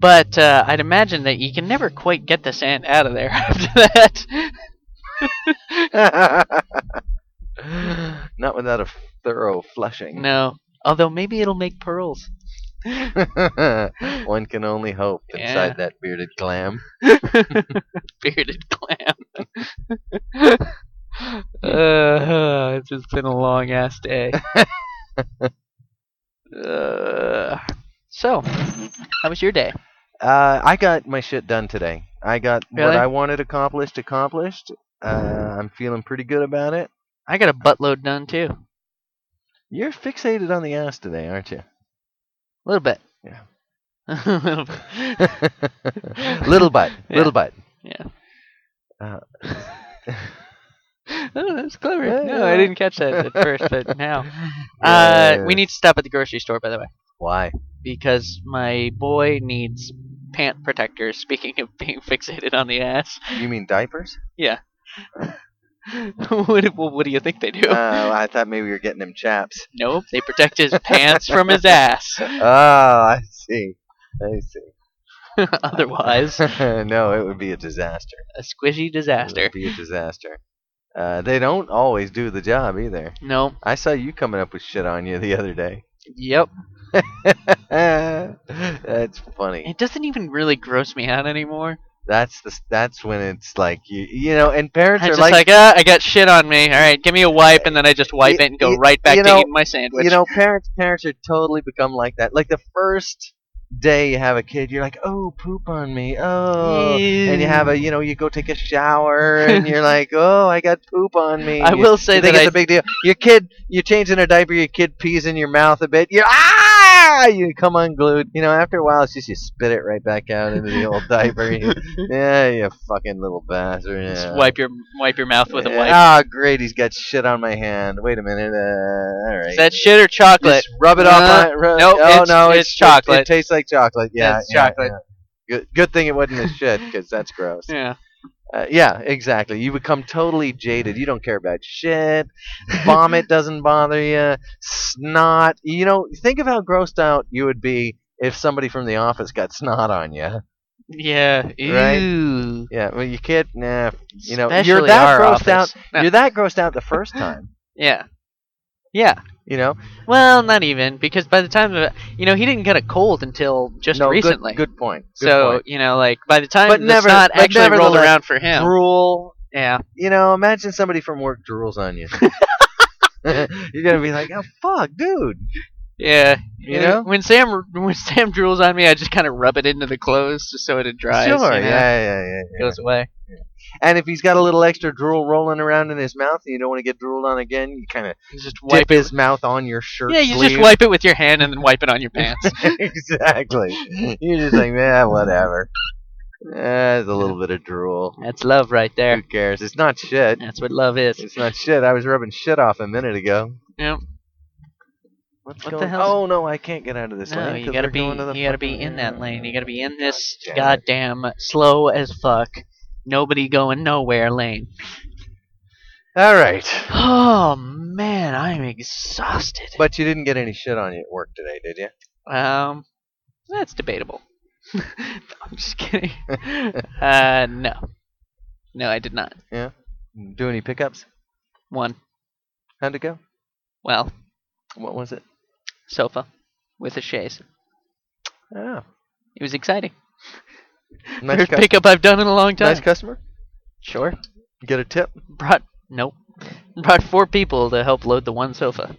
S2: but uh, I'd imagine that you can never quite get the sand out of there after that.
S1: Not without a thorough flushing.
S2: No, although maybe it'll make pearls.
S1: One can only hope
S2: Yeah.
S1: inside that bearded clam.
S2: Bearded clam. uh, it's just been a long ass day. uh, so, how was your day?
S1: Uh, I got my shit done today. I got
S2: Really?
S1: what I wanted accomplished, accomplished. Uh, I'm feeling pretty good about it.
S2: I got a buttload done too. A
S1: You're fixated on the ass today, aren't you?
S2: little bit.
S1: Yeah.
S2: A
S1: little
S2: little bit.
S1: butt, little butt.
S2: Yeah.
S1: Uh,
S2: Oh, that's clever.
S1: Yeah,
S2: no, I
S1: yeah.
S2: didn't catch that at first, but now. Uh,
S1: Yeah.
S2: we need to stop at the grocery store, by the way,
S1: Why?
S2: because my boy needs pant protectors. Speaking of being fixated on the ass,
S1: You mean diapers?
S2: what, do- well, what do you think they do?
S1: Oh, I thought maybe you were getting him chaps.
S2: nope, they protect his pants from his ass.
S1: Oh, I see. I see.
S2: Otherwise,
S1: no, it would be a disaster.
S2: a squishy
S1: It
S2: disaster.
S1: would be a disaster. Uh, they don't always do the job either.
S2: Nope.
S1: I saw you coming up with shit on you the other day.
S2: Yep.
S1: that's funny.
S2: Eh, It doesn't even really gross me out anymore.
S1: That's the s- that's when it's like you you know, and parents
S2: I'm
S1: are
S2: just
S1: like,
S2: like, ah, I got shit on me. All right, give me a wipe, and then I just wipe
S1: Y-
S2: it and go
S1: y-
S2: right back
S1: you
S2: to
S1: know-
S2: eating my sandwich.
S1: you know, parents parents are totally become like that. Like the first day you have a kid, you're like, oh, poop on me, oh. And you
S2: Mm.
S1: have a, you know, you go take a shower, and you're like, "Oh, I got poop on me."
S2: I
S1: You-
S2: will say
S1: you
S2: that
S1: think it's
S2: I-
S1: a big deal. Your kid, you're changing a diaper. Your kid pees in your mouth a bit. You ah, you come unglued. You know, after a while, it's just you spit it right back out into the old diaper. You- yeah, you fucking little bastard. Yeah.
S2: Just wipe your wipe your mouth with a wipe.
S1: Ah, great. He's got shit on my hand. Wait a minute. Uh, all right.
S2: Is that shit or chocolate?
S1: Just rub it off.
S2: Uh,
S1: on, ru-
S2: nope,
S1: oh
S2: it's-
S1: no,
S2: it's chocolate.
S1: It, tastes like chocolate. Yeah,
S2: It's
S1: yeah,
S2: chocolate.
S1: yeah. Good, good thing it wasn't a shit because that's gross.
S2: Yeah.
S1: Uh, yeah, exactly. You become totally jaded. You don't care about shit. Vomit doesn't bother you. Snot. You know, think of how grossed out you would be if somebody from the office got snot on you.
S2: Yeah.
S1: Right?
S2: Ew.
S1: Yeah, well, you can't. Nah, you know, you're
S2: Especially
S1: that
S2: our
S1: grossed
S2: office.
S1: out.
S2: No.
S1: You're that grossed out the first time.
S2: Yeah. Yeah.
S1: You know,
S2: Well, not even because by the time of, you know he didn't get a cold until just
S1: no, good-
S2: recently.
S1: Good, point. Good
S2: so
S1: point.
S2: you know, like by the time
S1: But
S2: the
S1: never-
S2: snot
S1: but
S2: actually rolled
S1: nevertheless-
S2: around for him.
S1: drool.
S2: yeah.
S1: You know, imagine somebody from work drools on you. you're gonna be like, oh fuck, dude.
S2: Yeah.
S1: You know.
S2: when Sam when Sam drools on me, I just kind of rub it into the clothes just so it dries.
S1: sure.
S2: you know?
S1: yeah, yeah, yeah.
S2: It
S1: yeah.
S2: Goes away.
S1: And if he's got a little extra drool rolling around in his mouth and you don't want to get drooled on again, you kind of
S2: You just
S1: dip
S2: wipe.
S1: his mouth on your shirt.
S2: yeah, you
S1: sleeve.
S2: just wipe it with your hand and then wipe it on your pants.
S1: exactly. You're just like, yeah, whatever. Eh, There's a little bit of drool.
S2: That's love right
S1: Who
S2: there.
S1: cares? It's not shit.
S2: That's what love is.
S1: It's not shit. I was rubbing shit off a minute ago.
S2: Yep.
S1: What's
S2: What the
S1: going?
S2: hell's-
S1: oh no, I can't get out of this
S2: no,
S1: lane.
S2: you
S1: 'cause
S2: gotta
S1: we're
S2: be
S1: going to the
S2: you gotta be
S1: fucking-
S2: in that lane. You gotta be in this
S1: damn it.
S2: goddamn slow as fuck, nobody going nowhere lane.
S1: All right.
S2: Oh man, I'm exhausted.
S1: But you didn't get any shit on you at work today, did you?
S2: Um, that's debatable. I'm just kidding. uh, no, no, I did not.
S1: Do any pickups?
S2: One,
S1: How'd it go?
S2: well,
S1: What was it?
S2: sofa with a chaise.
S1: Oh,
S2: It was exciting.
S1: nice,
S2: First
S1: cus-
S2: pickup I've done in a long time.
S1: nice customer.
S2: Sure.
S1: Get a tip.
S2: Brought nope. Brought four people to help load the one sofa.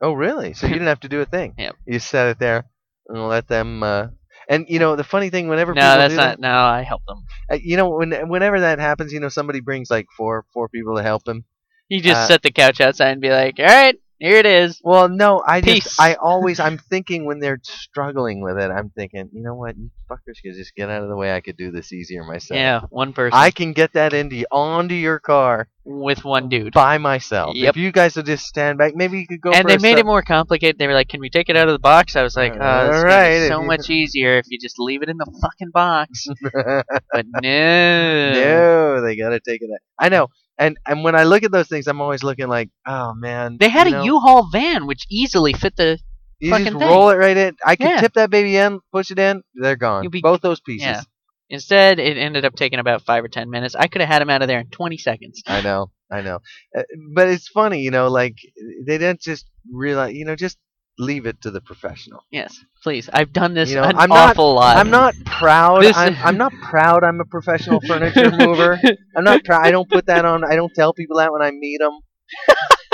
S1: Oh, really? So you didn't have to do a thing.
S2: Yep.
S1: You just sat it there and let them. Uh, and you know the funny thing, whenever
S2: No,
S1: people
S2: that's
S1: do
S2: not. No, I helped them.
S1: That, uh, you know, when whenever that happens, you know somebody brings like four four people to help them.
S2: You just
S1: Uh,
S2: set the couch outside and be like, "All right, here it is."
S1: Well, no, I
S2: Peace.
S1: just I always I'm thinking when they're struggling with it, I'm thinking, you know what, you fuckers could just get out of the way. I could do this easier myself.
S2: Yeah, one person
S1: I can get that into onto your car
S2: with one dude.
S1: by myself.
S2: Yep.
S1: If you guys would just stand back, maybe you could go.
S2: and
S1: for
S2: they
S1: a
S2: made
S1: sub-
S2: it more complicated. They were like, "Can we take it out of the box?" I was like, "Oh, this is gonna be
S1: Alright, if
S2: so
S1: you-
S2: much easier if you just leave it in the fucking box." but no,
S1: no, they gotta take it. Out. I know. And and when I look at those things, I'm always looking like, oh man.
S2: They had
S1: you
S2: a
S1: know,
S2: U-Haul van which easily fit the.
S1: You
S2: fucking
S1: just roll it right in. I can
S2: Yeah.
S1: tip that baby in, push it in. They're gone.
S2: You'll be-
S1: Both those pieces.
S2: Yeah. Instead, it ended up taking about five or ten minutes. I could have had him out of there in twenty seconds.
S1: I know, I know. Uh, But it's funny, you know, like they don't just realize, you know, just leave it to the professional.
S2: Yes, please. I've done this
S1: You know,
S2: an
S1: I'm not-
S2: awful lot.
S1: I'm not proud.
S2: This-
S1: I'm, I'm not proud. I'm a professional furniture mover. I'm not proud. I don't put that on. I don't tell people that when I meet them.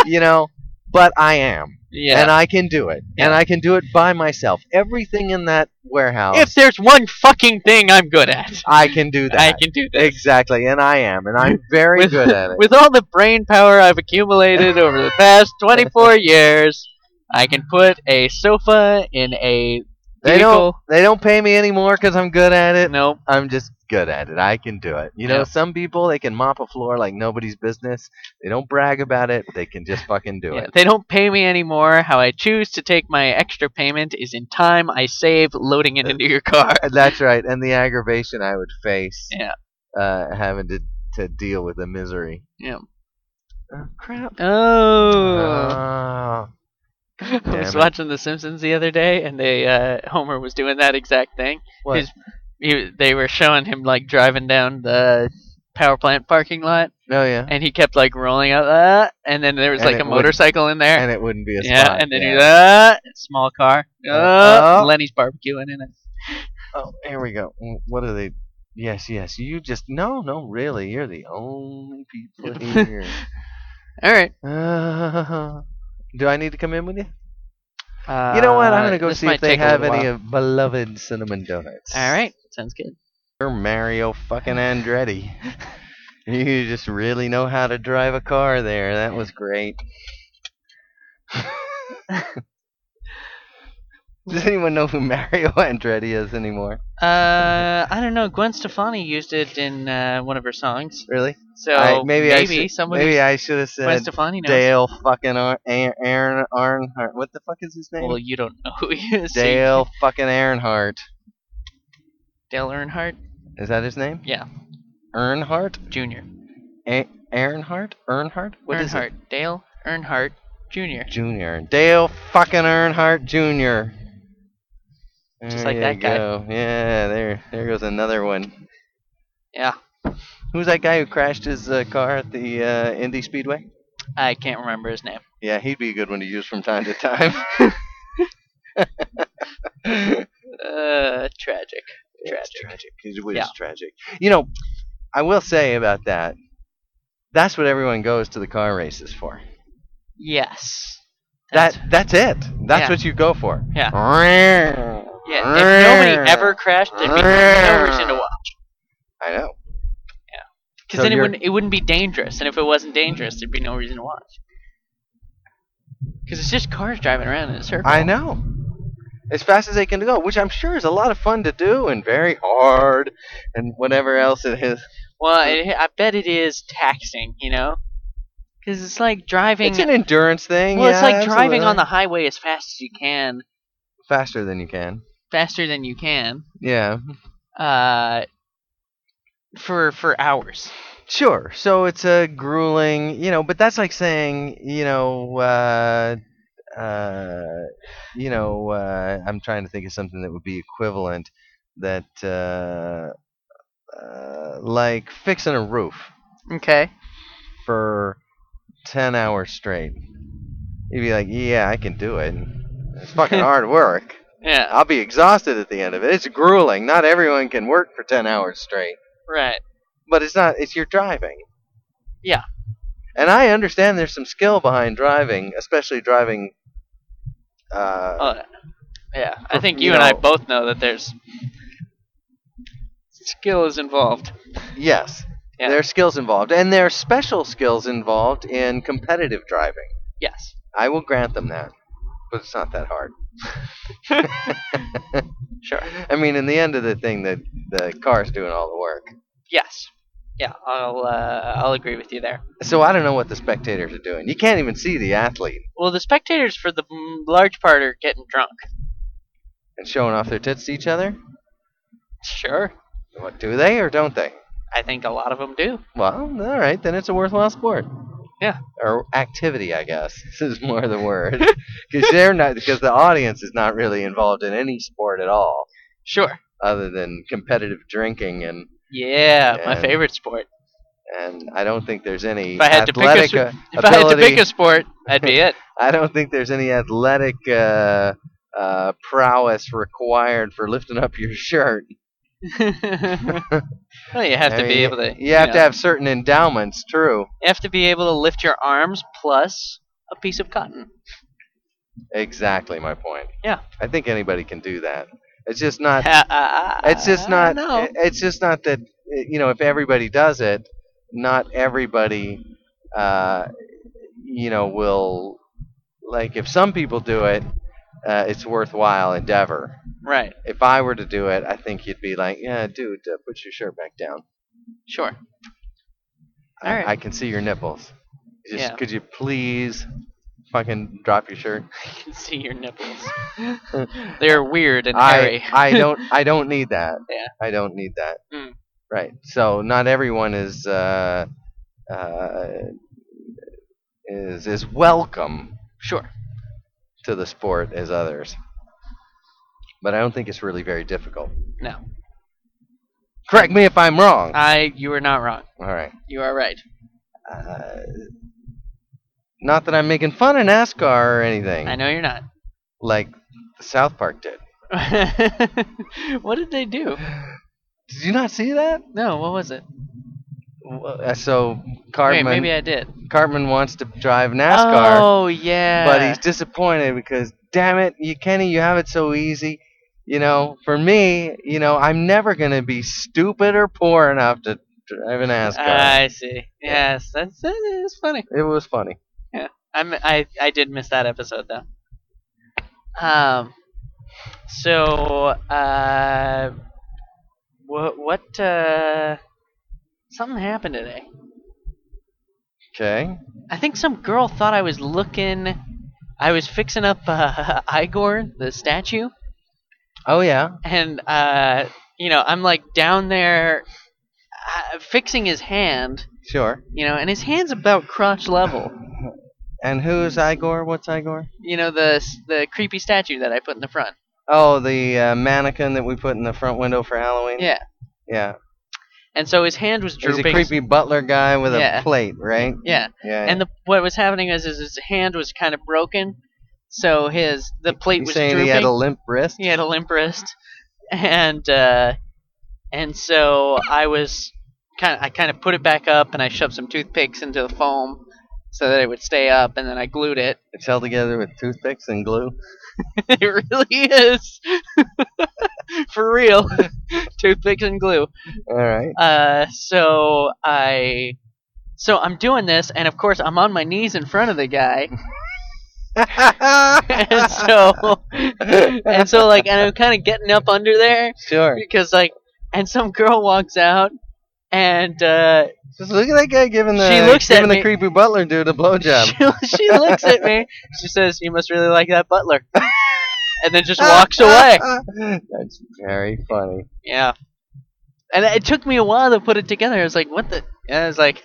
S1: You know, but I am,
S2: yeah.
S1: and I can do it, and
S2: Yeah.
S1: I can do it by myself. Everything in that warehouse,
S2: if there's one fucking thing I'm good at,
S1: I can do that.
S2: I can do this.
S1: Exactly, and I am, and I'm very
S2: With-
S1: good at it.
S2: With all the brain power I've accumulated over the past 24 years, I can put a sofa in a
S1: They don't,
S2: vehicle.
S1: they don't pay me anymore because I'm good at it.
S2: No,
S1: I'm just good at it. I can do it. You know,
S2: Yeah.
S1: some people they can mop a floor like nobody's business. They don't brag about it. They can just fucking do
S2: yeah,
S1: it.
S2: they don't pay me anymore. How I choose to take my extra payment is in time I save loading
S1: Uh,
S2: it into your car.
S1: That's right. And the aggravation I would face.
S2: Yeah.
S1: Uh, having to to deal with the misery. Uh,
S2: Yeah.
S1: Oh, crap.
S2: Oh.
S1: Oh.
S2: I was
S1: damn it.
S2: watching The Simpsons the other day, and they uh, Homer was doing that exact thing.
S1: What?
S2: His- He, they were showing him like driving down the power plant parking lot,
S1: oh yeah.
S2: and he kept like rolling out that, and then there was
S1: And
S2: like
S1: it
S2: a
S1: would-
S2: motorcycle in there.
S1: And it wouldn't be a
S2: yeah,
S1: spot.
S2: and then he's uh, small car. Uh,
S1: Uh, oh.
S2: Lenny's barbecuing in it.
S1: Oh, here we go. Mm, What are they? Yes, yes. You just no, no. Really, you're the only people here. Uh,
S2: All right.
S1: do I need to come in with you? You know what? I'm gonna go
S2: Uh, this
S1: see if
S2: might
S1: they
S2: take a
S1: have
S2: little
S1: any
S2: while.
S1: of beloved cinnamon donuts.
S2: All right, sounds good.
S1: You're Mario fucking Andretti. you just really know how to drive a car there. That was great. Does anyone know who Mario Andretti is anymore?
S2: Uh, I don't know. Gwen Stefani used it in uh, one of her songs,
S1: Really?
S2: so
S1: I-
S2: maybe
S1: I
S2: maybe
S1: should-
S2: someone
S1: maybe I should have
S2: Gwen
S1: said
S2: Stefani knows.
S1: Dale fucking Ar- Ar- Aaron Arnhart. What the fuck is his name?
S2: Well, you don't know who he is. so you-
S1: Dale fucking Earnhardt.
S2: Dale Earnhardt
S1: Is that his name?
S2: Yeah.
S1: Earnhardt.
S2: Jr.
S1: Earnhardt? Earnhardt? What is
S2: Earnhardt. Dale Earnhardt Jr.
S1: it? Junior. Dale fucking Earnhardt Jr.
S2: Just
S1: There
S2: like
S1: you
S2: that guy.
S1: go. Yeah, there there goes another one.
S2: Yeah,
S1: Who's that guy who crashed his uh, car at the uh, Indy Speedway?
S2: I can't remember his name.
S1: Yeah, he'd be a good one to use from time to time. Tragic.
S2: Uh, tragic.
S1: It's
S2: Tragic.
S1: tragic. It was
S2: Yeah.
S1: tragic. You know, I will say about that, that's what everyone goes to the car races for.
S2: Yes.
S1: That that's it. That's
S2: Yeah.
S1: what you go for.
S2: Yeah.
S1: I
S2: yeah. If nobody ever crashed, there'd be no reason to watch.
S1: know.
S2: Because
S1: So
S2: then it
S1: you're-
S2: wouldn't it wouldn't be dangerous, and if it wasn't dangerous, there'd be no reason to watch. Because it's just cars driving around in a circle.
S1: I know. As fast as they can go, which I'm sure is a lot of fun to do and very hard and whatever else it is.
S2: Well, it, I bet it is taxing, you know. Because it's like driving.
S1: It's an endurance thing.
S2: well, it's
S1: yeah,
S2: like driving on
S1: absolutely.
S2: the highway as fast as you can,
S1: faster than you can.
S2: faster than you can,
S1: Yeah,
S2: uh, for for hours.
S1: sure. So it's a grueling, you know, but that's like saying, you know, uh, uh, you know, uh, I'm trying to think of something that would be equivalent that, uh, uh, like fixing a roof
S2: Okay.
S1: for ten hours straight. You'd be like, yeah, I can do it. It's fucking hard work.
S2: Yeah.
S1: I'll be exhausted at the end of it. It's grueling. Not everyone can work for 10 hours straight.
S2: Right.
S1: But it's not, it's your driving.
S2: Yeah.
S1: And I understand there's some skill behind driving, especially driving. Uh,
S2: Uh, yeah. I
S1: For-
S2: think you,
S1: you
S2: and I
S1: know-
S2: both know that there's skill is involved.
S1: yes.
S2: Oh. Yeah.
S1: There are skills involved. And there are special skills involved in competitive driving.
S2: Yes.
S1: I will grant them that. But it's not that hard.
S2: Sure.
S1: I mean, in the end of the thing, the, the car's doing all the work.
S2: Yes. Yeah. I'll uh, I'll agree with you there.
S1: So I don't know what the spectators are doing. You can't even see the athlete
S2: Well, the spectators for the m- large part are getting drunk.
S1: and showing off their tits to each other.
S2: Sure.
S1: What do they or don't they?
S2: I think a lot of them do.
S1: Well, all right, then it's a worthwhile sport.
S2: Yeah.
S1: Or activity, I guess. This is more the word because they're not because the audience is not really involved in any sport at all,
S2: Sure.
S1: other than competitive drinking and
S2: Yeah, my
S1: Yeah.
S2: favorite sport.
S1: and I don't think there's any
S2: If I had to pick a
S1: athletic
S2: sp-
S1: uh,
S2: If I had to
S1: ability.
S2: pick a sport, that'd be it.
S1: I don't think there's any athletic uh, uh, prowess required for lifting up your shirt.
S2: well, you have
S1: I
S2: to
S1: mean,
S2: be able to.
S1: You have to
S2: know,
S1: have certain endowments, true.
S2: You have to be able to lift your arms plus a piece of cotton.
S1: Exactly my point.
S2: Yeah.
S1: I think anybody can do that. It's just not it's
S2: it's
S1: just not
S2: No.
S1: it- it's just not that uh, you know if everybody does it not everybody uh, you know will like if some people do it uh, it's worthwhile endeavor
S2: Right.
S1: if i were to do it i think you'd be like yeah dude uh, put your shirt back down
S2: Sure.
S1: I,
S2: Alright.
S1: I can see your nipples just
S2: Yeah.
S1: could you please fucking drop your shirt
S2: I can see your nipples. They're weird and
S1: I,
S2: hairy.
S1: I don't I don't need that.
S2: Yeah.
S1: I don't need that.
S2: Mm.
S1: Right. So not everyone is uh, uh, is is welcome
S2: sure.
S1: to the sport as others. But I don't think it's really very difficult.
S2: No. Uh,
S1: Correct me if I'm wrong.
S2: I. You are not wrong.
S1: All right.
S2: You are right.
S1: Uh, not that I'm making fun of NASCAR or anything,
S2: I know you're not.
S1: like South Park did.
S2: what did they do?
S1: Did you not see that?
S2: No. What was it?
S1: Uh, so Cartman.
S2: Wait, maybe I did.
S1: Cartman wants to drive NASCAR,
S2: Oh yeah.
S1: but he's disappointed because, damn it, you Kenny, you have it so easy. You know, for me, you know, I'm never gonna be stupid or poor enough to drive an NASCAR.
S2: Ah, I see. Yes, that's that is funny.
S1: it was funny.
S2: I'm, I I did miss that episode though. Um, so uh, what what uh, something happened today.
S1: Okay.
S2: I think some girl thought I was looking. I was fixing up uh, Igor the statue,
S1: Oh yeah.
S2: and uh, you know I'm like down there uh, fixing his hand,
S1: Sure.
S2: you know, and his hand's about crotch level.
S1: And who's Igor? What's Igor?
S2: you know the s- the creepy statue that I put in the front.
S1: Oh, the uh, mannequin that we put in the front window for Halloween.
S2: Yeah.
S1: Yeah.
S2: And so his hand was
S1: He's a
S2: drooping.
S1: creepy butler guy with
S2: Yeah.
S1: a plate, right?
S2: Yeah.
S1: Yeah.
S2: And the, what was happening is, is his hand was kind of broken, so his the plate
S1: you
S2: was
S1: saying
S2: drooping.
S1: he had a limp wrist?
S2: He had a limp wrist, and uh, and so I was kind of I kind of put it back up, and I shoved some toothpicks into the foam so that it would stay up, and then I glued it.
S1: It's held together with toothpicks and glue.
S2: it really is for real, toothpicks and glue.
S1: All right.
S2: Uh, so I, so I'm doing this, and of course I'm on my knees in front of the guy, and so, and so like, and I'm kind of getting up under there
S1: sure.
S2: because like, and some girl walks out, and uh,
S1: Just look at that guy giving the
S2: She looks at
S1: giving
S2: me-
S1: the creepy butler dude a blowjob.
S2: she, she looks at me. She says, "You must really like that butler," and then just walks away.
S1: That's very funny.
S2: Yeah. And it took me a while to put it together. I was like, "What the?" And I was like,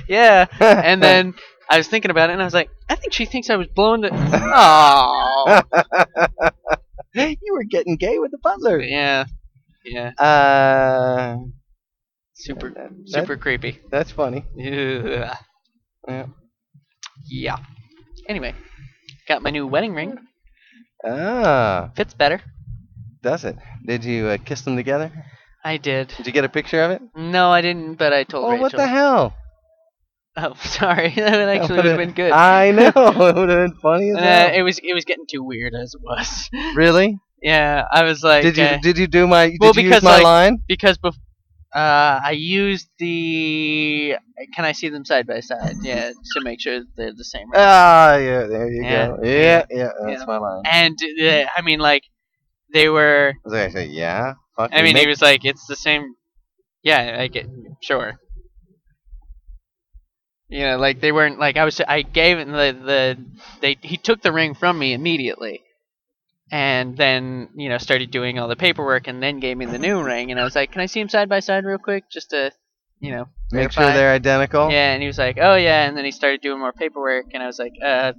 S2: "Yeah." And then I was thinking about it, and I was like, "I think she thinks I was blowing the." Oh.
S1: you were getting gay with the butler.
S2: Yeah. Yeah.
S1: Uh,
S2: Super.
S1: that-
S2: Super creepy.
S1: That's funny.
S2: Yeah.
S1: Yeah.
S2: Yeah. Anyway, got my new wedding ring.
S1: Ah,
S2: Fits better.
S1: does it? Did you uh, kiss them together?
S2: I did.
S1: Did you get a picture of it?
S2: No, I didn't, but I told
S1: Oh,
S2: Rachel.
S1: what the hell?
S2: Oh, sorry. that would actually would have been good.
S1: I know. it would have been funny as
S2: Uh,
S1: hell.
S2: it was it was getting too weird as it was.
S1: really?
S2: yeah, I was uh, like,
S1: Did
S2: uh,
S1: you did you do my did
S2: well,
S1: you use
S2: because,
S1: my
S2: like-
S1: line?
S2: because bef- uh, I used the can I see them side by side? Yeah, to make sure that they're the same. ring.
S1: Ah, yeah. There you
S2: Yeah.
S1: go. Yeah, yeah. That's
S2: Yeah.
S1: my line.
S2: and uh, I mean, like they were.
S1: Was I say yeah? Fuck
S2: I mean,
S1: Nick.
S2: he was like, it's the same. Yeah, I get sure. You know, like they weren't like I was. I gave him the the they he took the ring from me immediately, and then you know started doing all the paperwork and then gave me the new ring and I was like, can I see him side by side real quick just to you know
S1: make sure
S2: verified.
S1: they're identical.
S2: yeah and he was like oh yeah and then he started doing more paperwork and I was like uh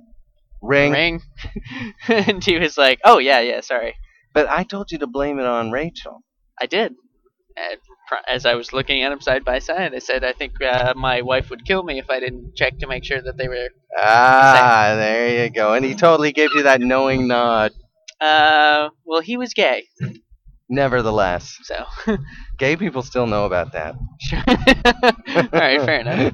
S1: Ring.
S2: ring and he was like oh yeah yeah sorry
S1: But I told you to blame it on Rachel.
S2: I did. And pr- As I was looking at them side by side, I said, "I think uh, my wife would kill me if I didn't check to make sure that they were."
S1: Ah, there you go. And he totally gave you that knowing nod.
S2: Uh, well, he was gay,
S1: Nevertheless,
S2: so
S1: gay people still know about that.
S2: sure. All right, fair enough.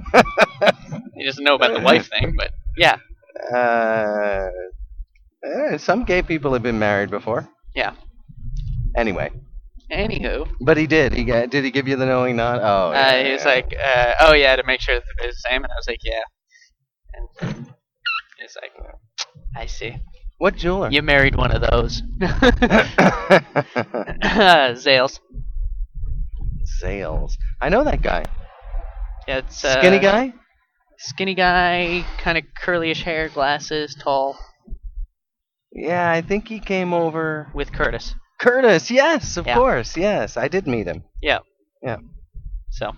S2: He doesn't know about the wife thing, but yeah,
S1: Uh, eh, some gay people have been married before.
S2: Yeah.
S1: Anyway,
S2: anywho,
S1: but he did. He got, did he give you the knowing nod? Oh,
S2: uh,
S1: yeah,
S2: he was
S1: yeah.
S2: like, uh, "Oh yeah," to make sure that they're the same, and I was like, "Yeah." And he's like, "I see.
S1: what jeweler?
S2: You married one of those." Zales.
S1: Sales. I know that guy.
S2: Yeah, it's uh,
S1: Skinny guy.
S2: Skinny guy, kind of curlyish hair, glasses, tall,
S1: Yeah, I think he came over.
S2: with Curtis.
S1: Curtis. Yes, of
S2: Yeah.
S1: course. Yes, I did meet him.
S2: So,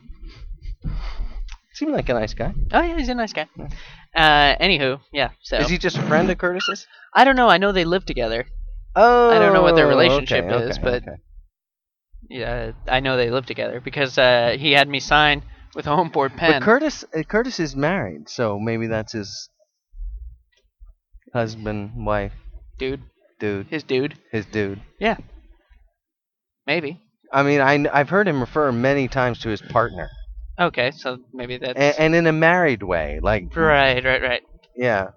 S1: Seemed like a nice guy.
S2: oh yeah, he's a nice guy. Uh, anywho, yeah. So
S1: Hmm. Is he just a friend of Curtis's?
S2: I don't know. I know they live together.
S1: Oh,
S2: don't know what their
S1: okay,
S2: relationship
S1: okay,
S2: is, but-
S1: okay.
S2: Yeah, I know they live together because uh, he had me sign with a home board pen.
S1: but Curtis uh, Curtis is married, so maybe that's his husband, wife,
S2: dude,
S1: dude,
S2: his dude,
S1: his dude.
S2: maybe.
S1: I mean, I kn- I've heard him refer many times to his partner,
S2: Okay, so maybe that's
S1: and, and in a married way, like
S2: right, right, right.
S1: yeah,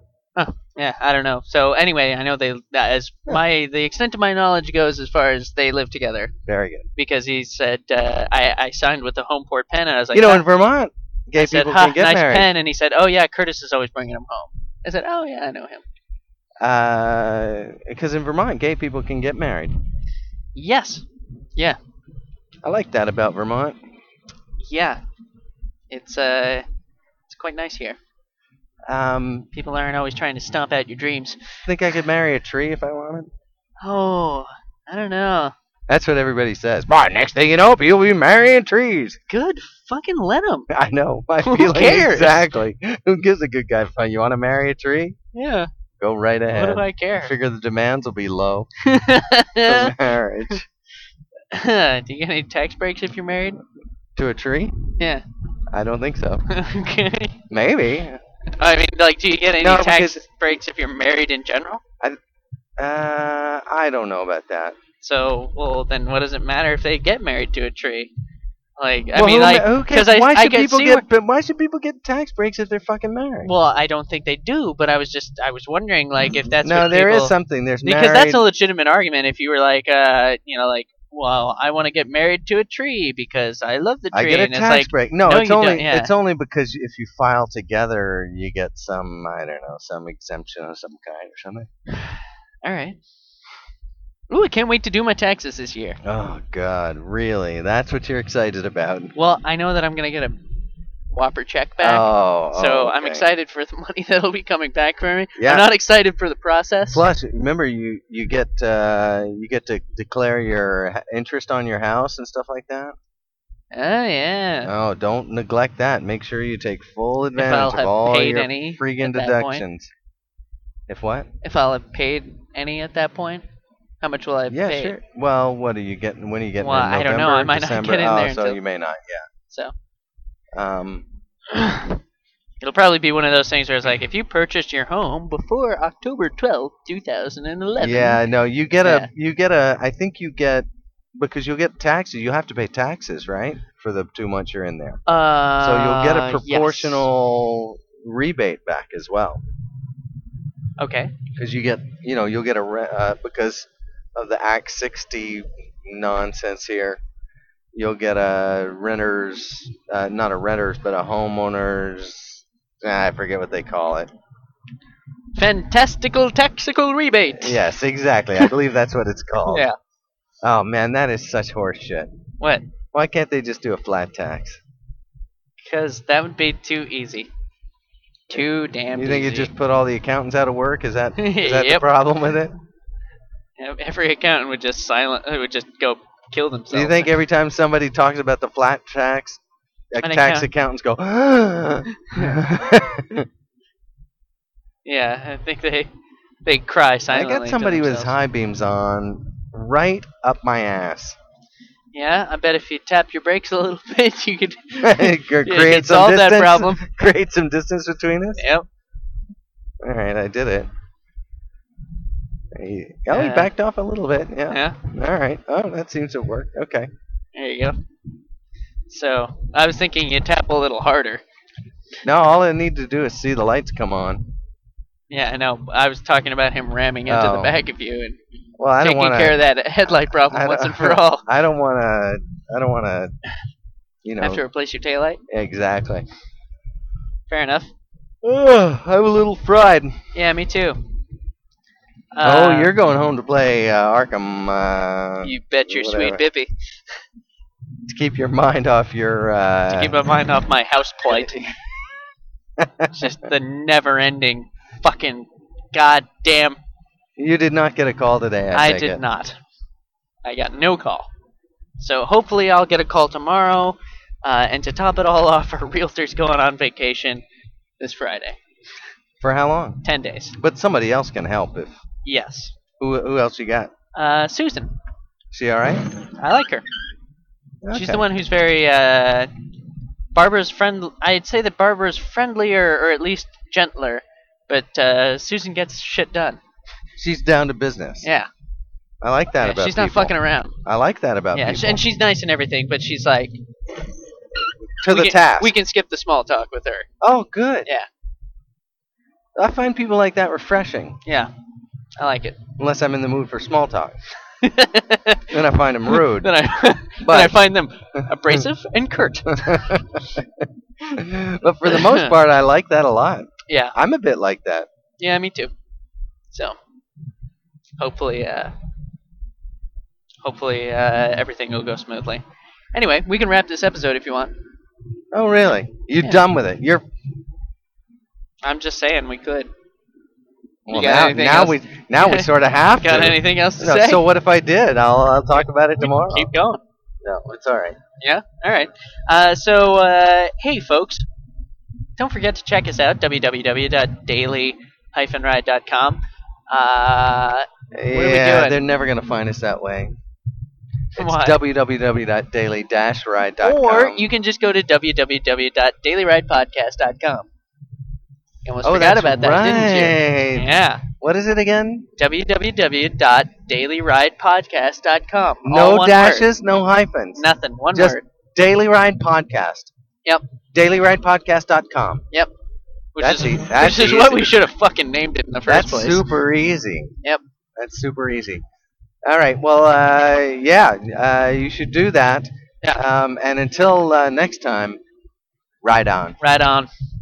S2: Yeah, I don't know. So anyway, I know they that as my the extent of my knowledge goes as far as they live together
S1: very good.
S2: because he said uh, I I signed with a home board pen and I was like
S1: you know,
S2: "Ah,
S1: in Vermont, gay
S2: I said,
S1: people
S2: "Ha,
S1: can get
S2: nice
S1: married.
S2: pen," and he said, "Oh yeah, Curtis is always bringing him home." I said, "Oh yeah, I know him."
S1: Because Uh, in Vermont, gay people can get married.
S2: Yes,
S1: I like that about Vermont.
S2: yeah, it's uh, it's quite nice here.
S1: Um,
S2: People aren't always trying to stomp out your dreams.
S1: think I could marry a tree if I wanted.
S2: Oh, I don't know.
S1: That's what everybody says. Right, next thing you know, people will be marrying trees.
S2: Good, fucking let him.
S1: I know. My
S2: Who
S1: feeling
S2: cares?
S1: exactly. Who gives a good guy fun? You want to marry a tree?
S2: Yeah,
S1: Go right ahead.
S2: what do I care?
S1: Figure the demands will be low for
S2: do
S1: marriage
S2: you get any tax breaks if you're married?
S1: to a tree.
S2: Yeah.
S1: I don't think so.
S2: okay.
S1: Maybe.
S2: I mean, like, do you get any
S1: No,
S2: tax
S1: because-
S2: breaks if you're married in general?
S1: Uh, I don't know about that.
S2: So, well, then what does it matter if they get married to a tree? Like, I
S1: Well,
S2: mean,
S1: who,
S2: like,
S1: ma- who cares?
S2: 'cause I-
S1: why
S2: I
S1: should
S2: could
S1: people
S2: see
S1: get? But why should people get tax breaks if they're fucking married?
S2: Well, I don't think they do, but I was just I was wondering like if that's
S1: no,
S2: what
S1: there is
S2: people,
S1: something. There's
S2: because
S1: married.
S2: that's a legitimate argument. If you were like, uh, you know, like, well, I want to get married to a tree because I love the
S1: I
S2: tree,
S1: get a
S2: and it's
S1: tax
S2: like,
S1: break. No,
S2: no,
S1: it's
S2: you don't,
S1: only
S2: yeah.
S1: it's only because if you file together, you get some I don't know some exemption of some kind or something.
S2: all right, Ooh, I can't wait to do my taxes this year.
S1: Oh God, really? That's what you're excited about?
S2: Well, I know that I'm gonna get a whopper check back.
S1: oh, oh,
S2: So I'm
S1: okay.
S2: excited for the money that'll be coming back for me.
S1: Yeah.
S2: I'm not excited for the process.
S1: Plus, remember you you get uh, you get to declare your h- interest on your house and stuff like that.
S2: Oh yeah.
S1: Oh, don't neglect that. Make sure you take full
S2: if I'll
S1: advantage of
S2: have
S1: all
S2: paid
S1: your
S2: any
S1: freaking
S2: at that point.
S1: deductions. If what?
S2: If I'll have paid any at that point, how much will I have
S1: yeah,
S2: paid?
S1: sure. Well, what are you getting? When are you getting?
S2: Well,
S1: in
S2: I don't know.
S1: November,
S2: I might not
S1: December?
S2: get in
S1: oh,
S2: there
S1: so
S2: until-
S1: you may not.
S2: So
S1: Yeah. Um.
S2: it'll probably be one of those things where it's like, if you purchased your home before October 12th, 2011.
S1: Yeah. No. You get
S2: Yeah.
S1: a. You get a. I think you get because you'll get taxes. You have to pay taxes, right, for the two months you're in there.
S2: Uh,
S1: So you'll get a
S2: yes.
S1: proportional rebate back as well.
S2: Okay.
S1: because you get you know you'll get a re- uh, because of the Act 60 nonsense here. You'll get a renters, uh, not a renters, but a homeowners. ah, I forget what they call it.
S2: Fantastical taxical rebate.
S1: Yes, exactly. I believe that's what it's called.
S2: Yeah.
S1: Oh man, that is such horseshit.
S2: What?
S1: Why can't they just do a flat tax?
S2: Because that would be too easy. Too damn
S1: you think
S2: easy.
S1: you just put all the accountants out of work? Is that is that the
S2: Yep.
S1: problem with it?
S2: Ev- Every accountant would just silent. uh, Would just go kill themselves.
S1: Do you think every time somebody talks about the flat tax, uh,
S2: An
S1: tax accountants go? I
S2: Yeah, I think they they cry silently.
S1: got
S2: to
S1: somebody with his
S2: themselves.
S1: high beams on right up my ass.
S2: Yeah, I bet if you tap your brakes a little bit, you could
S1: Cre-
S2: you
S1: create some
S2: could solve
S1: distance,
S2: that problem.
S1: Create some distance between us.
S2: Yep.
S1: All right, I did it. He, oh, he
S2: Yeah.
S1: backed off a little bit. Yeah.
S2: Yeah.
S1: All right. Oh, that seems to work. Okay.
S2: There you go. So I was thinking you tap a little harder.
S1: Now all I need to do is see the lights come on.
S2: Yeah, I know. I was talking about him ramming into the
S1: Oh.
S2: back of you and
S1: Well, I don't
S2: taking
S1: want
S2: care of that headlight problem
S1: I
S2: once
S1: don't-
S2: and for all.
S1: I don't want to. I don't want to. You know.
S2: Have to replace your taillight.
S1: Exactly.
S2: Fair enough.
S1: Ugh, I'm a little fried.
S2: Yeah, me too.
S1: oh,
S2: Uh,
S1: you're going home to play uh, Arkham uh,
S2: You bet your sweet
S1: whatever.
S2: bippy.
S1: to keep your mind off your. Uh,
S2: To keep my mind off my house plight. it's just the never-ending fucking goddamn.
S1: you did not get a call today. I,
S2: I
S1: take
S2: did
S1: it.
S2: not. I got no call. So hopefully I'll get a call tomorrow. Uh, and to top it all off, our realtor's going on vacation this Friday.
S1: For how long?
S2: Ten days.
S1: But somebody else can help. If
S2: Yes.
S1: who who else you got?
S2: Uh, Susan.
S1: She all right?
S2: I like her. She's
S1: Okay.
S2: the one who's very uh, Barbara's friend. I'd say that Barbara's friendlier or at least gentler, but uh, Susan gets shit done.
S1: She's down to business.
S2: Yeah,
S1: I like that
S2: yeah,
S1: about
S2: she's not
S1: people.
S2: fucking around.
S1: I like that about
S2: yeah,
S1: people.
S2: sh- and she's nice and everything, but she's like
S1: to
S2: we
S1: the
S2: can,
S1: task.
S2: We can skip the small talk with her.
S1: oh, good.
S2: Yeah.
S1: I find people like that refreshing,
S2: Yeah, I like it.
S1: unless I'm in the mood for small talk.
S2: then
S1: Then I find them rude.
S2: I then I
S1: But-
S2: find them abrasive and curt.
S1: but for the most part, I like that a lot.
S2: Yeah,
S1: I'm a bit like that.
S2: yeah, me too. So hopefully, uh, hopefully uh, everything will go smoothly. Anyway, we can wrap this episode if you want.
S1: Oh, really? You're
S2: Yeah.
S1: done with it. You're
S2: I'm just saying we could.
S1: well,
S2: got
S1: now,
S2: anything
S1: now
S2: else?
S1: we now we sort of have
S2: Got
S1: to.
S2: anything else to
S1: No,
S2: say?
S1: so what if I did? I'll I'll talk about it
S2: We can
S1: tomorrow.
S2: Keep going.
S1: No, it's all right.
S2: Yeah. All right. Uh, so uh, hey, folks, don't forget to check us out www.daily-ride.com. Uh, are we
S1: yeah,
S2: doing?
S1: they're never gonna find us that way. It's
S2: Why?
S1: www.daily-ride.com.
S2: or you can just go to www.dailyride.podcast.com. You almost
S1: oh,
S2: forgot
S1: that's
S2: about that, didn't
S1: right.
S2: you? Yeah.
S1: What is it again?
S2: www.dailyride.podcast.com. All
S1: No
S2: one
S1: dashes, no hyphens.
S2: Word. Nothing. One
S1: Just-
S2: word.
S1: Daily Ride Podcast.
S2: Yep.
S1: DailyRidePodcast.com.
S2: Which
S1: that's
S2: is,
S1: e- that's
S2: which is what
S1: easy.
S2: we should have fucking named it in the first
S1: That's
S2: place.
S1: super easy.
S2: Yep.
S1: That's super easy. All right. Well, uh, yeah, uh, you should do that.
S2: Yeah.
S1: Um, and until uh, next time, ride on.
S2: Right on.